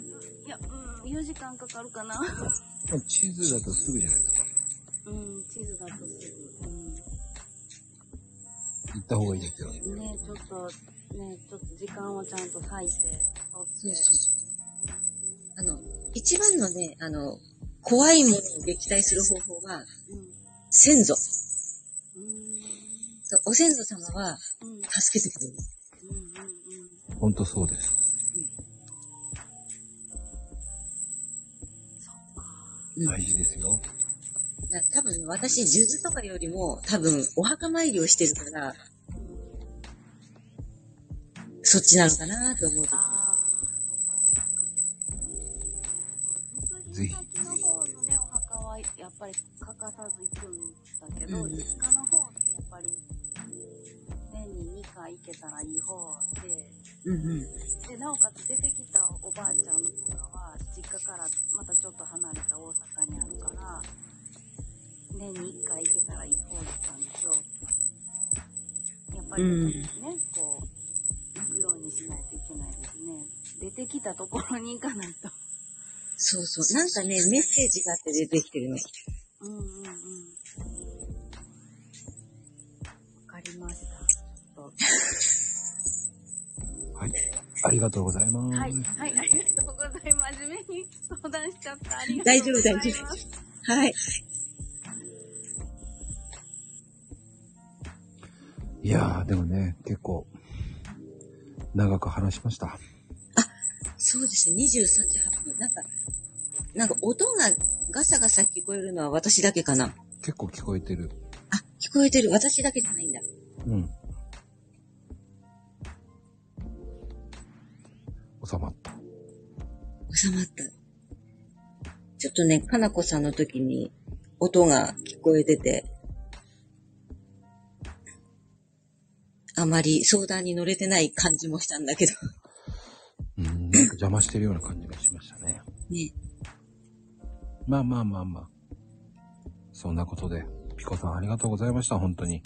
E: いや、うん、4時間かかるかな。
A: まあ、地図だとすぐじゃないですか。
E: うん、地図だとすぐ。う
A: 行った方がいいですよ。
E: ん。ねちょっと、ねちょっと時間をちゃんと割いて、取って。
B: あの、一番のね、あの、怖いものを撃退する方法は、先祖。
E: うん。うん。
B: そうお先祖様は、
E: うん。うん。うん。
B: 助けてくれる。
E: うん。
A: ほんとそうです。
E: そっか。
B: うん
A: 大事ですよ。
B: な多分私、数珠とかよりも、多分お墓参りをしてるから、そっちなのかなと思うと。
E: ああ、そっかそっか。
F: ぜ
E: ぜ
F: ひ
E: ひ。先の方のね、お墓はやっぱり欠かさず行くんだけど、
B: うん
E: 実家の方ってやっぱり、年に2回行けたらいい方で、
B: うんうん。
E: で、なおかつ出てきたおばあちゃんとかは、実家からまたちょっと離れた大阪にあるから、年に1回行けたらいい方だったんですよ。やっぱり
B: うん
E: ね、こう、行くようにしないといけないですね。出てきたところに行かないと。
B: そうそう。なんかね、メッセージがあって出てきてるの。
E: うんうんうん。わかりました。
A: はい。ありがとうございます。
E: はい、はい、ありがとうございます。真面目に相談しちゃった。ありがと
B: 大
E: う
B: 丈
E: ご
B: 夫、
E: ざい
B: 大
E: ます。
B: 丈夫。はい。
A: いやー、でもね、結構、長く話しました。
B: そうですね、23時8分。なんか、なんか音がガサガサ聞こえるのは私だけかな。
A: 結構聞こえてる。
B: あ、聞こえてる。私だけじゃないんだ。
A: うん。収まった。
B: 収まった。ちょっとね、かなこさんの時に音が聞こえてて、あまり相談に乗れてない感じもしたんだけど。
A: うん、なんか邪魔してるような感じがしましたね。
B: ね。
A: まあまあまあまあ。そんなことで、ピコさんありがとうございました、本当に。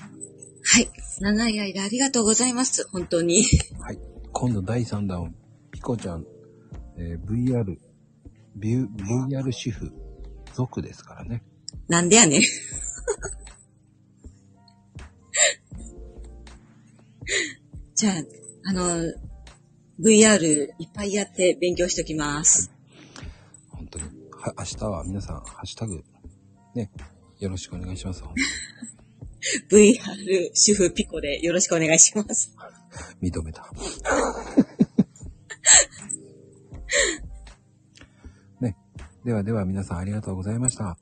B: はい。長い間ありがとうございます。本当に。
A: はい。今度第3弾を、ピコちゃん、えー VR、ビュ VR 主婦、族ですからね。
B: なんでやねん。 じゃあ、あの、VR いっぱいやって勉強しておきます。
A: 本当に。は、明日は皆さん、ハッシュタグ、ね、よろしくお願いします。本当に
B: VR 主婦ピコでよろしくお願いします。
A: 認めた。 ね。ではでは皆さんありがとうございました。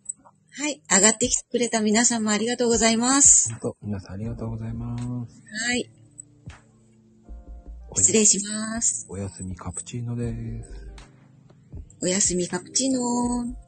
B: はい。上がってきてくれた皆さんもありがとうございます。
A: 本当、皆さんありがとうございます。
B: はい。
A: おや
B: 失礼します。
A: おやすみカプチーノです。
B: おやすみカプチーノー。